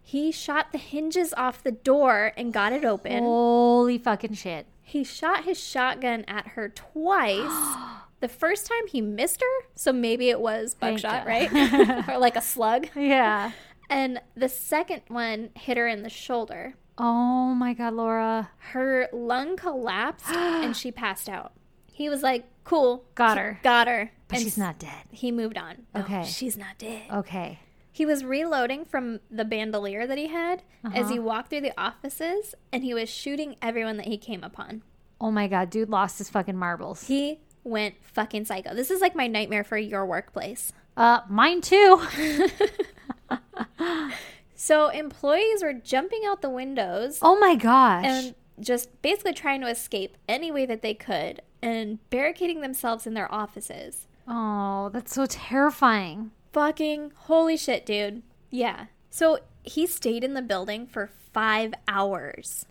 S1: He shot the hinges off the door and got it open.
S2: Holy fucking shit.
S1: He shot his shotgun at her twice. the first time he missed her, so maybe it was
S2: Thank
S1: buckshot,
S2: God.
S1: right? or like a slug.
S2: Yeah.
S1: And the second one hit her in the shoulder.
S2: oh my god, Laura.
S1: Her lung collapsed and she passed out. He was like, "Cool,
S2: Got her.
S1: got her."
S2: But
S1: and
S2: she's not dead.
S1: He moved on. No,
S2: Okay.
S1: she's not dead.
S2: Okay.
S1: He was reloading from the bandolier that he had as
S2: Uh-huh.
S1: he walked through the offices, and he was shooting everyone that he came upon.
S2: Oh my god, dude lost his fucking marbles.
S1: He went fucking psycho. This is like my nightmare for your workplace.
S2: Uh, mine too.
S1: So employees were jumping out the windows
S2: Oh my gosh.
S1: and just basically trying to escape any way that they could and barricading themselves in their offices.
S2: oh, that's so terrifying.
S1: Fucking holy shit, dude. Yeah. So he stayed in the building for five hours,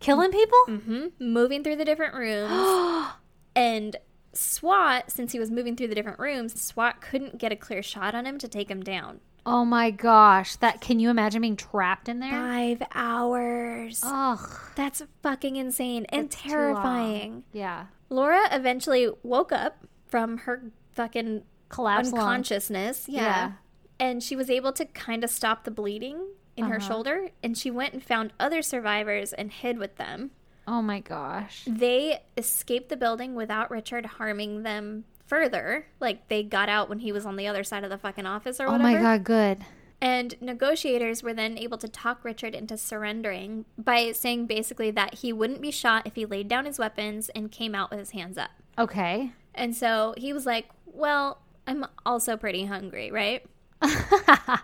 S2: Killing people?
S1: Mm-hmm. moving through the different rooms. and SWAT, since he was moving through the different rooms, SWAT couldn't get a clear shot on him to take him down.
S2: Oh my gosh. That can you imagine being trapped in there?
S1: Five hours.
S2: Ugh.
S1: That's fucking insane and
S2: That's too long.
S1: terrifying.
S2: Yeah.
S1: Laura eventually woke up from her fucking
S2: Collapse lung.
S1: unconsciousness. Yeah.
S2: Yeah.
S1: And she was able to kind of stop the bleeding in her
S2: Uh-huh.
S1: shoulder. And she went and found other survivors and hid with them.
S2: Oh my gosh.
S1: They escaped the building without Richard harming them further. Like they got out when he was on the other side of the fucking office or
S2: Oh
S1: whatever.
S2: my god, good.
S1: And negotiators were then able to talk Richard into surrendering by saying basically that he wouldn't be shot if he laid down his weapons and came out with his hands up.
S2: Okay.
S1: And so he was like, Well, I'm also pretty hungry, right?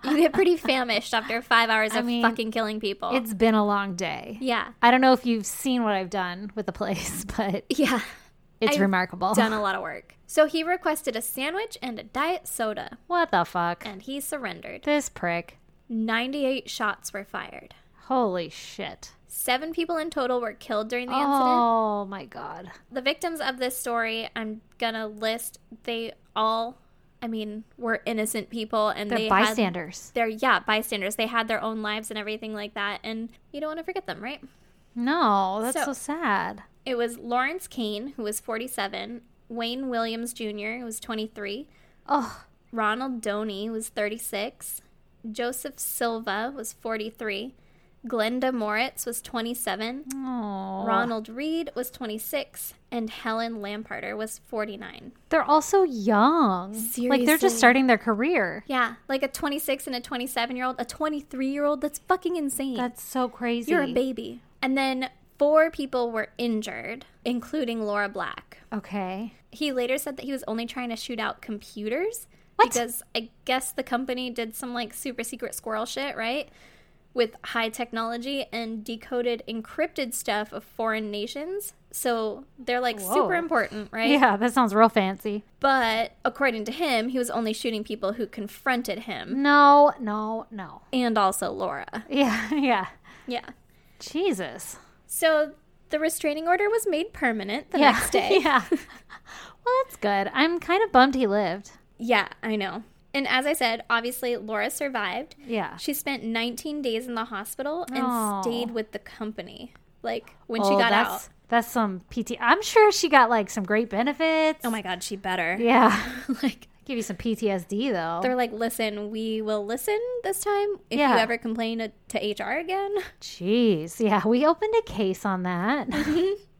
S1: you get pretty famished after five hours of
S2: mean,
S1: fucking killing people.
S2: It's been a long day.
S1: yeah.
S2: I don't know if you've seen what I've done with the place, but
S1: Yeah.
S2: it's
S1: I've
S2: remarkable.
S1: Done a lot of work. So he requested a sandwich and a diet soda,
S2: What the fuck?
S1: and he surrendered.
S2: This prick.
S1: 98 shots were fired.
S2: Holy shit.
S1: Seven people in total were killed during the incident.
S2: Oh my god.
S1: the victims of this story i'm gonna list they all i mean were innocent people and
S2: They're
S1: they had-
S2: bystanders.
S1: they're yeah bystanders they had their own lives and everything like that and you don't want to forget them right
S2: No, that's so,
S1: So-
S2: sad.
S1: it was lawrence kane who was 47 wayne williams jr who was 23
S2: Oh,
S1: ronald doney who was 36 joseph silva was 43 glenda moritz was 27
S2: oh.
S1: ronald reed was 26 and helen lamparter was 49
S2: They're all so young. Like they're
S1: Seriously.
S2: just starting their career.
S1: Yeah, like a 26 and a 27 year old, a 23 year old. That's fucking insane.
S2: That's so crazy.
S1: You're a baby. And then four people were injured, including Laura Black.
S2: Okay.
S1: He later said that he was only trying to shoot out computers
S2: What?
S1: because I guess the company did some like super secret squirrel shit, right? With high technology and decoded encrypted stuff of foreign nations. So they're like
S2: Whoa.
S1: super important, right?
S2: Yeah, that sounds real fancy.
S1: But according to him, he was only shooting people who confronted
S2: Mm-hmm.
S1: him
S2: No, no, no.
S1: and also Laura.
S2: Yeah, yeah.
S1: Yeah.
S2: Jesus.
S1: So the restraining order was made permanent the
S2: yeah.
S1: next day.
S2: Yeah. well, that's good. I'm kind of bummed he lived.
S1: Yeah, I know. And as I said, obviously Laura survived.
S2: Yeah.
S1: She spent 19 days in the hospital and
S2: Aw.
S1: stayed with the company. Like when
S2: Oh,
S1: she got
S2: that's,
S1: out.
S2: That's some PT. I'm sure she got like some great benefits.
S1: Oh my god, she better.
S2: Yeah.
S1: like
S2: Give you some PTSD though.
S1: they're like, "Listen, we will listen this time if
S2: Yeah.
S1: you ever complain to, to HR again."
S2: Jeez. Yeah, we opened a case on that.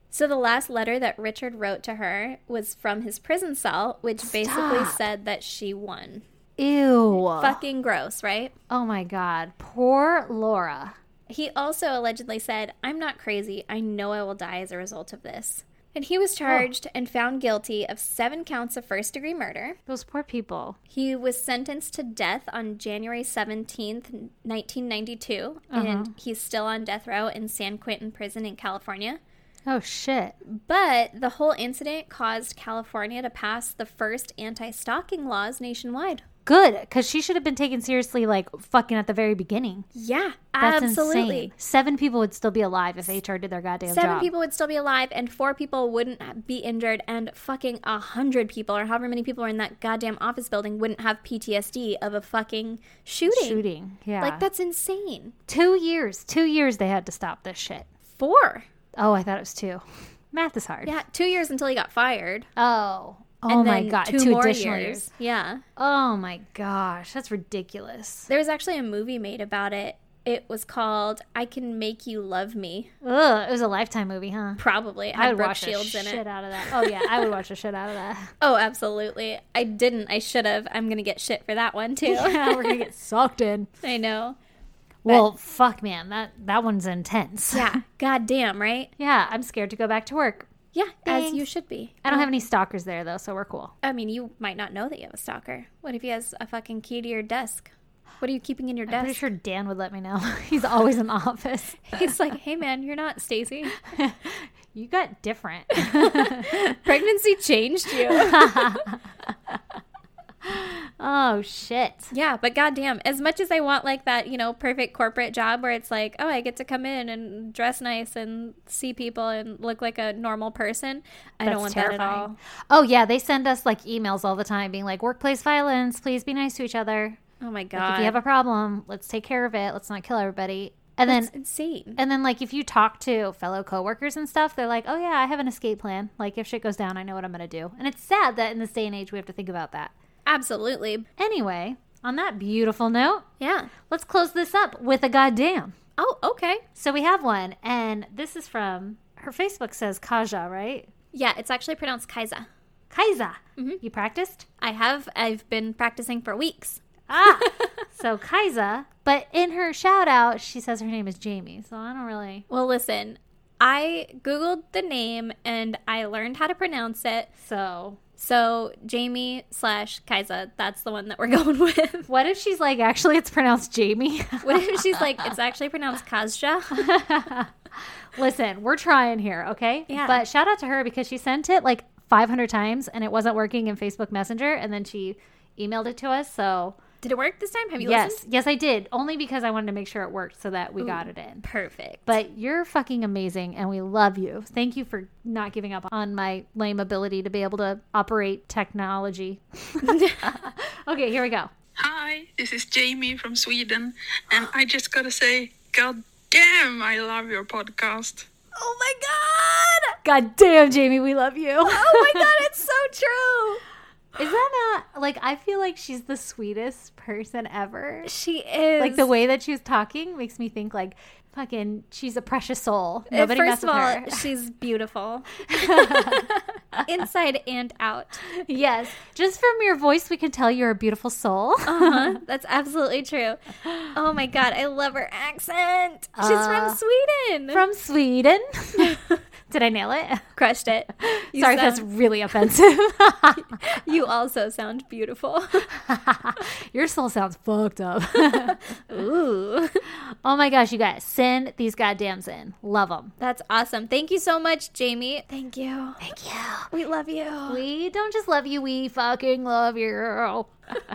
S1: So the last letter that Richard wrote to her was from his prison cell, which basically
S2: Stop.
S1: said that she won.
S2: Ew.
S1: Fucking gross, right?
S2: Oh my god. Poor Laura.
S1: He also allegedly said, I'm not crazy. I know I will die as a result of this. And he was charged and found guilty of seven counts of first degree murder.
S2: Those poor people.
S1: He was sentenced to death on January 17th, 1992,
S2: Uh-huh.
S1: and he's still on death row in San Quentin Prison in California.
S2: Oh shit.
S1: But the whole incident caused California to pass the first anti stalking laws nationwide.
S2: Good, because she should have been taken seriously, like fucking at the very beginning.
S1: Yeah,
S2: That's
S1: absolutely.
S2: insane. Seven people would still be alive if HR did their goddamn
S1: Seven
S2: job.
S1: people would still be alive, and four people wouldn't be injured, and fucking a hundred people, or however many people are in that goddamn office building, wouldn't have PTSD of a fucking shooting.
S2: shooting. Yeah,
S1: Like that's insane.
S2: Two years. Two years they had to stop this shit.
S1: Four.
S2: Oh, I thought it was two. Math is hard.
S1: Yeah, two years until he got fired.
S2: Oh. Oh
S1: and
S2: my
S1: then
S2: god.
S1: two, more years. Yeah,
S2: Oh my gosh, that's ridiculous.
S1: there was actually a movie made about it. It was called "I Can Make You Love Me."
S2: Ugh, it was a lifetime movie, huh?
S1: Probably it
S2: I
S1: had
S2: would
S1: Brooke
S2: watch
S1: Shields
S2: the
S1: in
S2: shit
S1: it.
S2: out of that. Oh yeah, I would watch the shit out of that.
S1: Oh, absolutely. I didn't. I should have. I'm gonna get shit for that one too.
S2: We're gonna get sucked in.
S1: I know.
S2: Well, fuck, man, that that one's intense.
S1: Yeah. God damn. Right.
S2: Yeah, I'm scared to go back to work.
S1: Yeah. As
S2: Thanks.
S1: you should be.
S2: I don't have any stalkers there though, so we're cool.
S1: I mean, you might not know that you have a stalker. What if he has a fucking key to your desk? What are you keeping in your
S2: I'm pretty
S1: desk?
S2: sure Dan would let me know. He's always in the office.
S1: He's like, hey man, you're not Stacy.
S2: You got different.
S1: Pregnancy changed you.
S2: oh shit.
S1: yeah, but goddamn, as much as I want like that, you know, perfect corporate job where it's like, oh, I get to come in and dress nice and see people and look like a normal person, I don't want that at all.
S2: Oh yeah, they send us like emails all the time being like workplace violence, please be nice to each other.
S1: Oh my god,
S2: Like, if you have a problem, let's take care of it. Let's not kill everybody. And then
S1: it's insane.
S2: and then like if you talk to fellow coworkers and stuff, they're like, "Oh yeah, I have an escape plan. Like if shit goes down, I know what I'm going to do." And it's sad that in this day and age we have to think about that.
S1: Absolutely.
S2: Anyway, on that beautiful note,
S1: Yeah.
S2: let's close this up with a goddamn.
S1: Oh, okay.
S2: So we have one and this is from her Facebook says Kaja, right?
S1: Yeah, it's actually pronounced Kaiza.
S2: Kaiza.
S1: Mm-hmm.
S2: You practiced?
S1: I have. I've been practicing for weeks.
S2: Ah, so Kaiza. But in her shout out, she says her name is Jamie. So I don't really.
S1: Well, listen, I Googled the name and I learned how to pronounce it.
S2: So
S1: So, Jamie slash Kaiza, that's the one that we're going with.
S2: what if she's like, actually, it's pronounced Jamie?
S1: What if she's like, it's actually pronounced Kazja?
S2: Listen, we're trying here, okay?
S1: Yeah.
S2: But shout out to her because she sent it like 500 times and it wasn't working in Facebook Messenger. And then she emailed it to us. So
S1: Did it work this time? Have you
S2: yes,
S1: listened?
S2: yes, I did. Only because I wanted to make sure it worked so that we got it in.
S1: Perfect.
S2: But you're fucking amazing and we love you. Thank you for not giving up on my lame ability to be able to operate technology.
S1: Oh
S2: okay, here we go.
S4: Hi, this is Jamie from Sweden, and I just gotta say, God damn, I love your podcast.
S1: oh my God!
S2: God damn, Jamie, we love you.
S1: Oh my God, it's so true!
S2: Is that not like I feel like she's the sweetest person ever?
S1: She is.
S2: Like the way that she was talking makes me think like fucking she's a precious soul.
S1: Uh,
S2: Nobody
S1: First
S2: messes
S1: of all,
S2: with her.
S1: she's beautiful. Inside and out.
S2: yes. Just from your voice we can tell you're a beautiful soul.
S1: Uh-huh. That's absolutely true. Oh my god, I love her accent. She's
S2: Uh,
S1: from Sweden.
S2: From Sweden. Did I nail it?
S1: crushed it. You
S2: Sorry, if that's
S1: sound-
S2: really offensive.
S1: you also sound beautiful.
S2: Your soul sounds fucked up.
S1: Ooh.
S2: oh my gosh, you guys, send these goddamns in. Love them.
S1: That's awesome. Thank you so much, Jamie. Thank you.
S2: Thank you.
S1: We love you.
S2: We don't just love you, we fucking love you.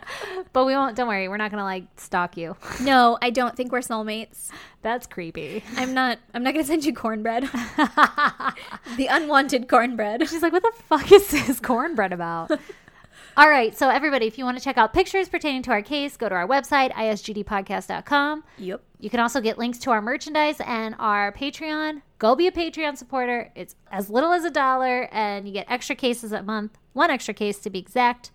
S2: but we won't, don't worry, we're not gonna like stalk you.
S1: No, I don't think we're soulmates.
S2: That's creepy.
S1: I'm not I'm not going to send you cornbread. the unwanted cornbread.
S2: She's like, what the fuck is this cornbread about? All right, so everybody, if you want to check out pictures pertaining to our case, go to our website, isgdpodcast.com.
S1: Yep.
S2: You can also get links to our merchandise and our Patreon. Go be a Patreon supporter. It's as little as a dollar, and you get extra cases a month. One extra case to be exact.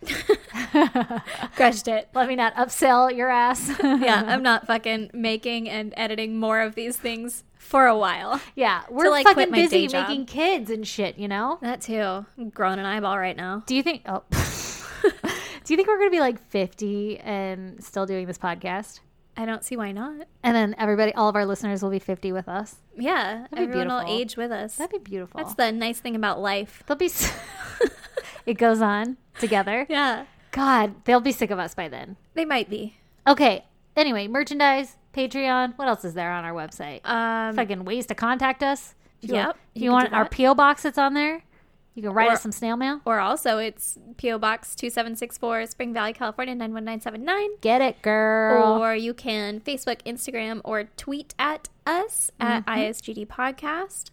S1: Crushed it.
S2: Let me not upsell your ass.
S1: Yeah, I'm not fucking making and editing more of these things for a while.
S2: yeah, we're
S1: like, quit
S2: fucking
S1: my day
S2: busy
S1: job.
S2: making kids and shit. You know?
S1: That too. I'm growing an eyeball right now.
S2: Do you think? Oh, do you think we're gonna be like fifty and still doing this podcast?
S1: I don't see why not.
S2: And then everybody, all of our listeners will be fifty with us.
S1: Yeah,
S2: be
S1: everyone
S2: beautiful.
S1: will age with us.
S2: That'd be beautiful.
S1: That's the nice thing about life.
S2: They'll be. s- it goes on together.
S1: Yeah,
S2: God, they'll be sick of us by then.
S1: they might be.
S2: Okay. Anyway, merchandise, Patreon. What else is there on our website?
S1: Um,
S2: Fucking ways to contact us. If you
S1: Yep,
S2: want- If
S1: you
S2: you
S1: can
S2: want
S1: do
S2: our
S1: that.
S2: PO box that's on there, you can write
S1: Or-
S2: us some snail mail.
S1: or also, it's PO Box two seven six four, Spring Valley, California nine one nine seven nine.
S2: Get it, girl.
S1: Or you can Facebook, Instagram, or tweet at us
S2: Mm-hmm.
S1: at ISGD Podcast.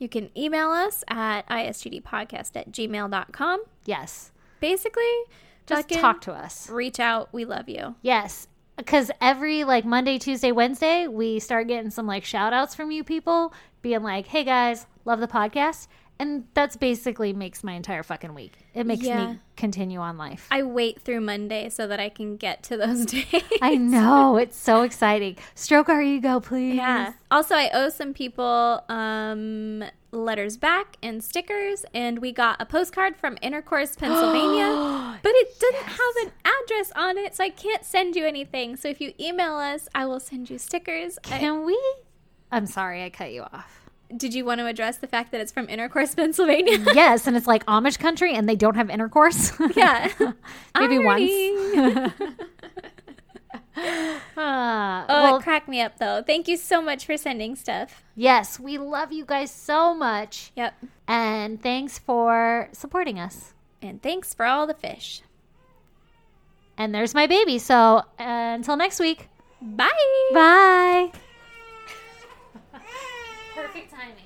S1: You can email us at isgdpodcast at gmail.com.
S2: yes.
S1: Basically,
S2: Just
S1: fucking
S2: talk to us.
S1: Reach out. We love you.
S2: Yes. Because every like Monday, Tuesday, Wednesday, we start getting some like shout outs from you people being like, hey guys, love the podcast. And that's basically makes my entire fucking week. It makes
S1: Yeah.
S2: me continue on life.
S1: I wait through Monday so that I can get to those days.
S2: I know. It's so exciting. Stroke our ego, please.
S1: Yeah. Also, I owe some people um, letters back and stickers, and we got a postcard from Intercourse, Pennsylvania, but it didn't have an address on it, so I can't send you anything. So if you email us, I will send you stickers. I-
S2: Can we? I'm sorry, I cut you off.
S1: did you want to address the fact that it's from Intercourse, Pennsylvania?
S2: yes, and it's like Amish country and they don't have intercourse.
S1: yeah.
S2: Maybe
S1: Irony.
S2: once. Ah,
S1: Oh,
S2: well,
S1: it cracked me up though. Thank you so much for sending stuff.
S2: yes, we love you guys so much.
S1: Yep.
S2: And thanks for supporting us.
S1: And thanks for all the fish.
S2: And there's my baby. So uh, until next week,
S1: Bye.
S2: bye. Perfect timing.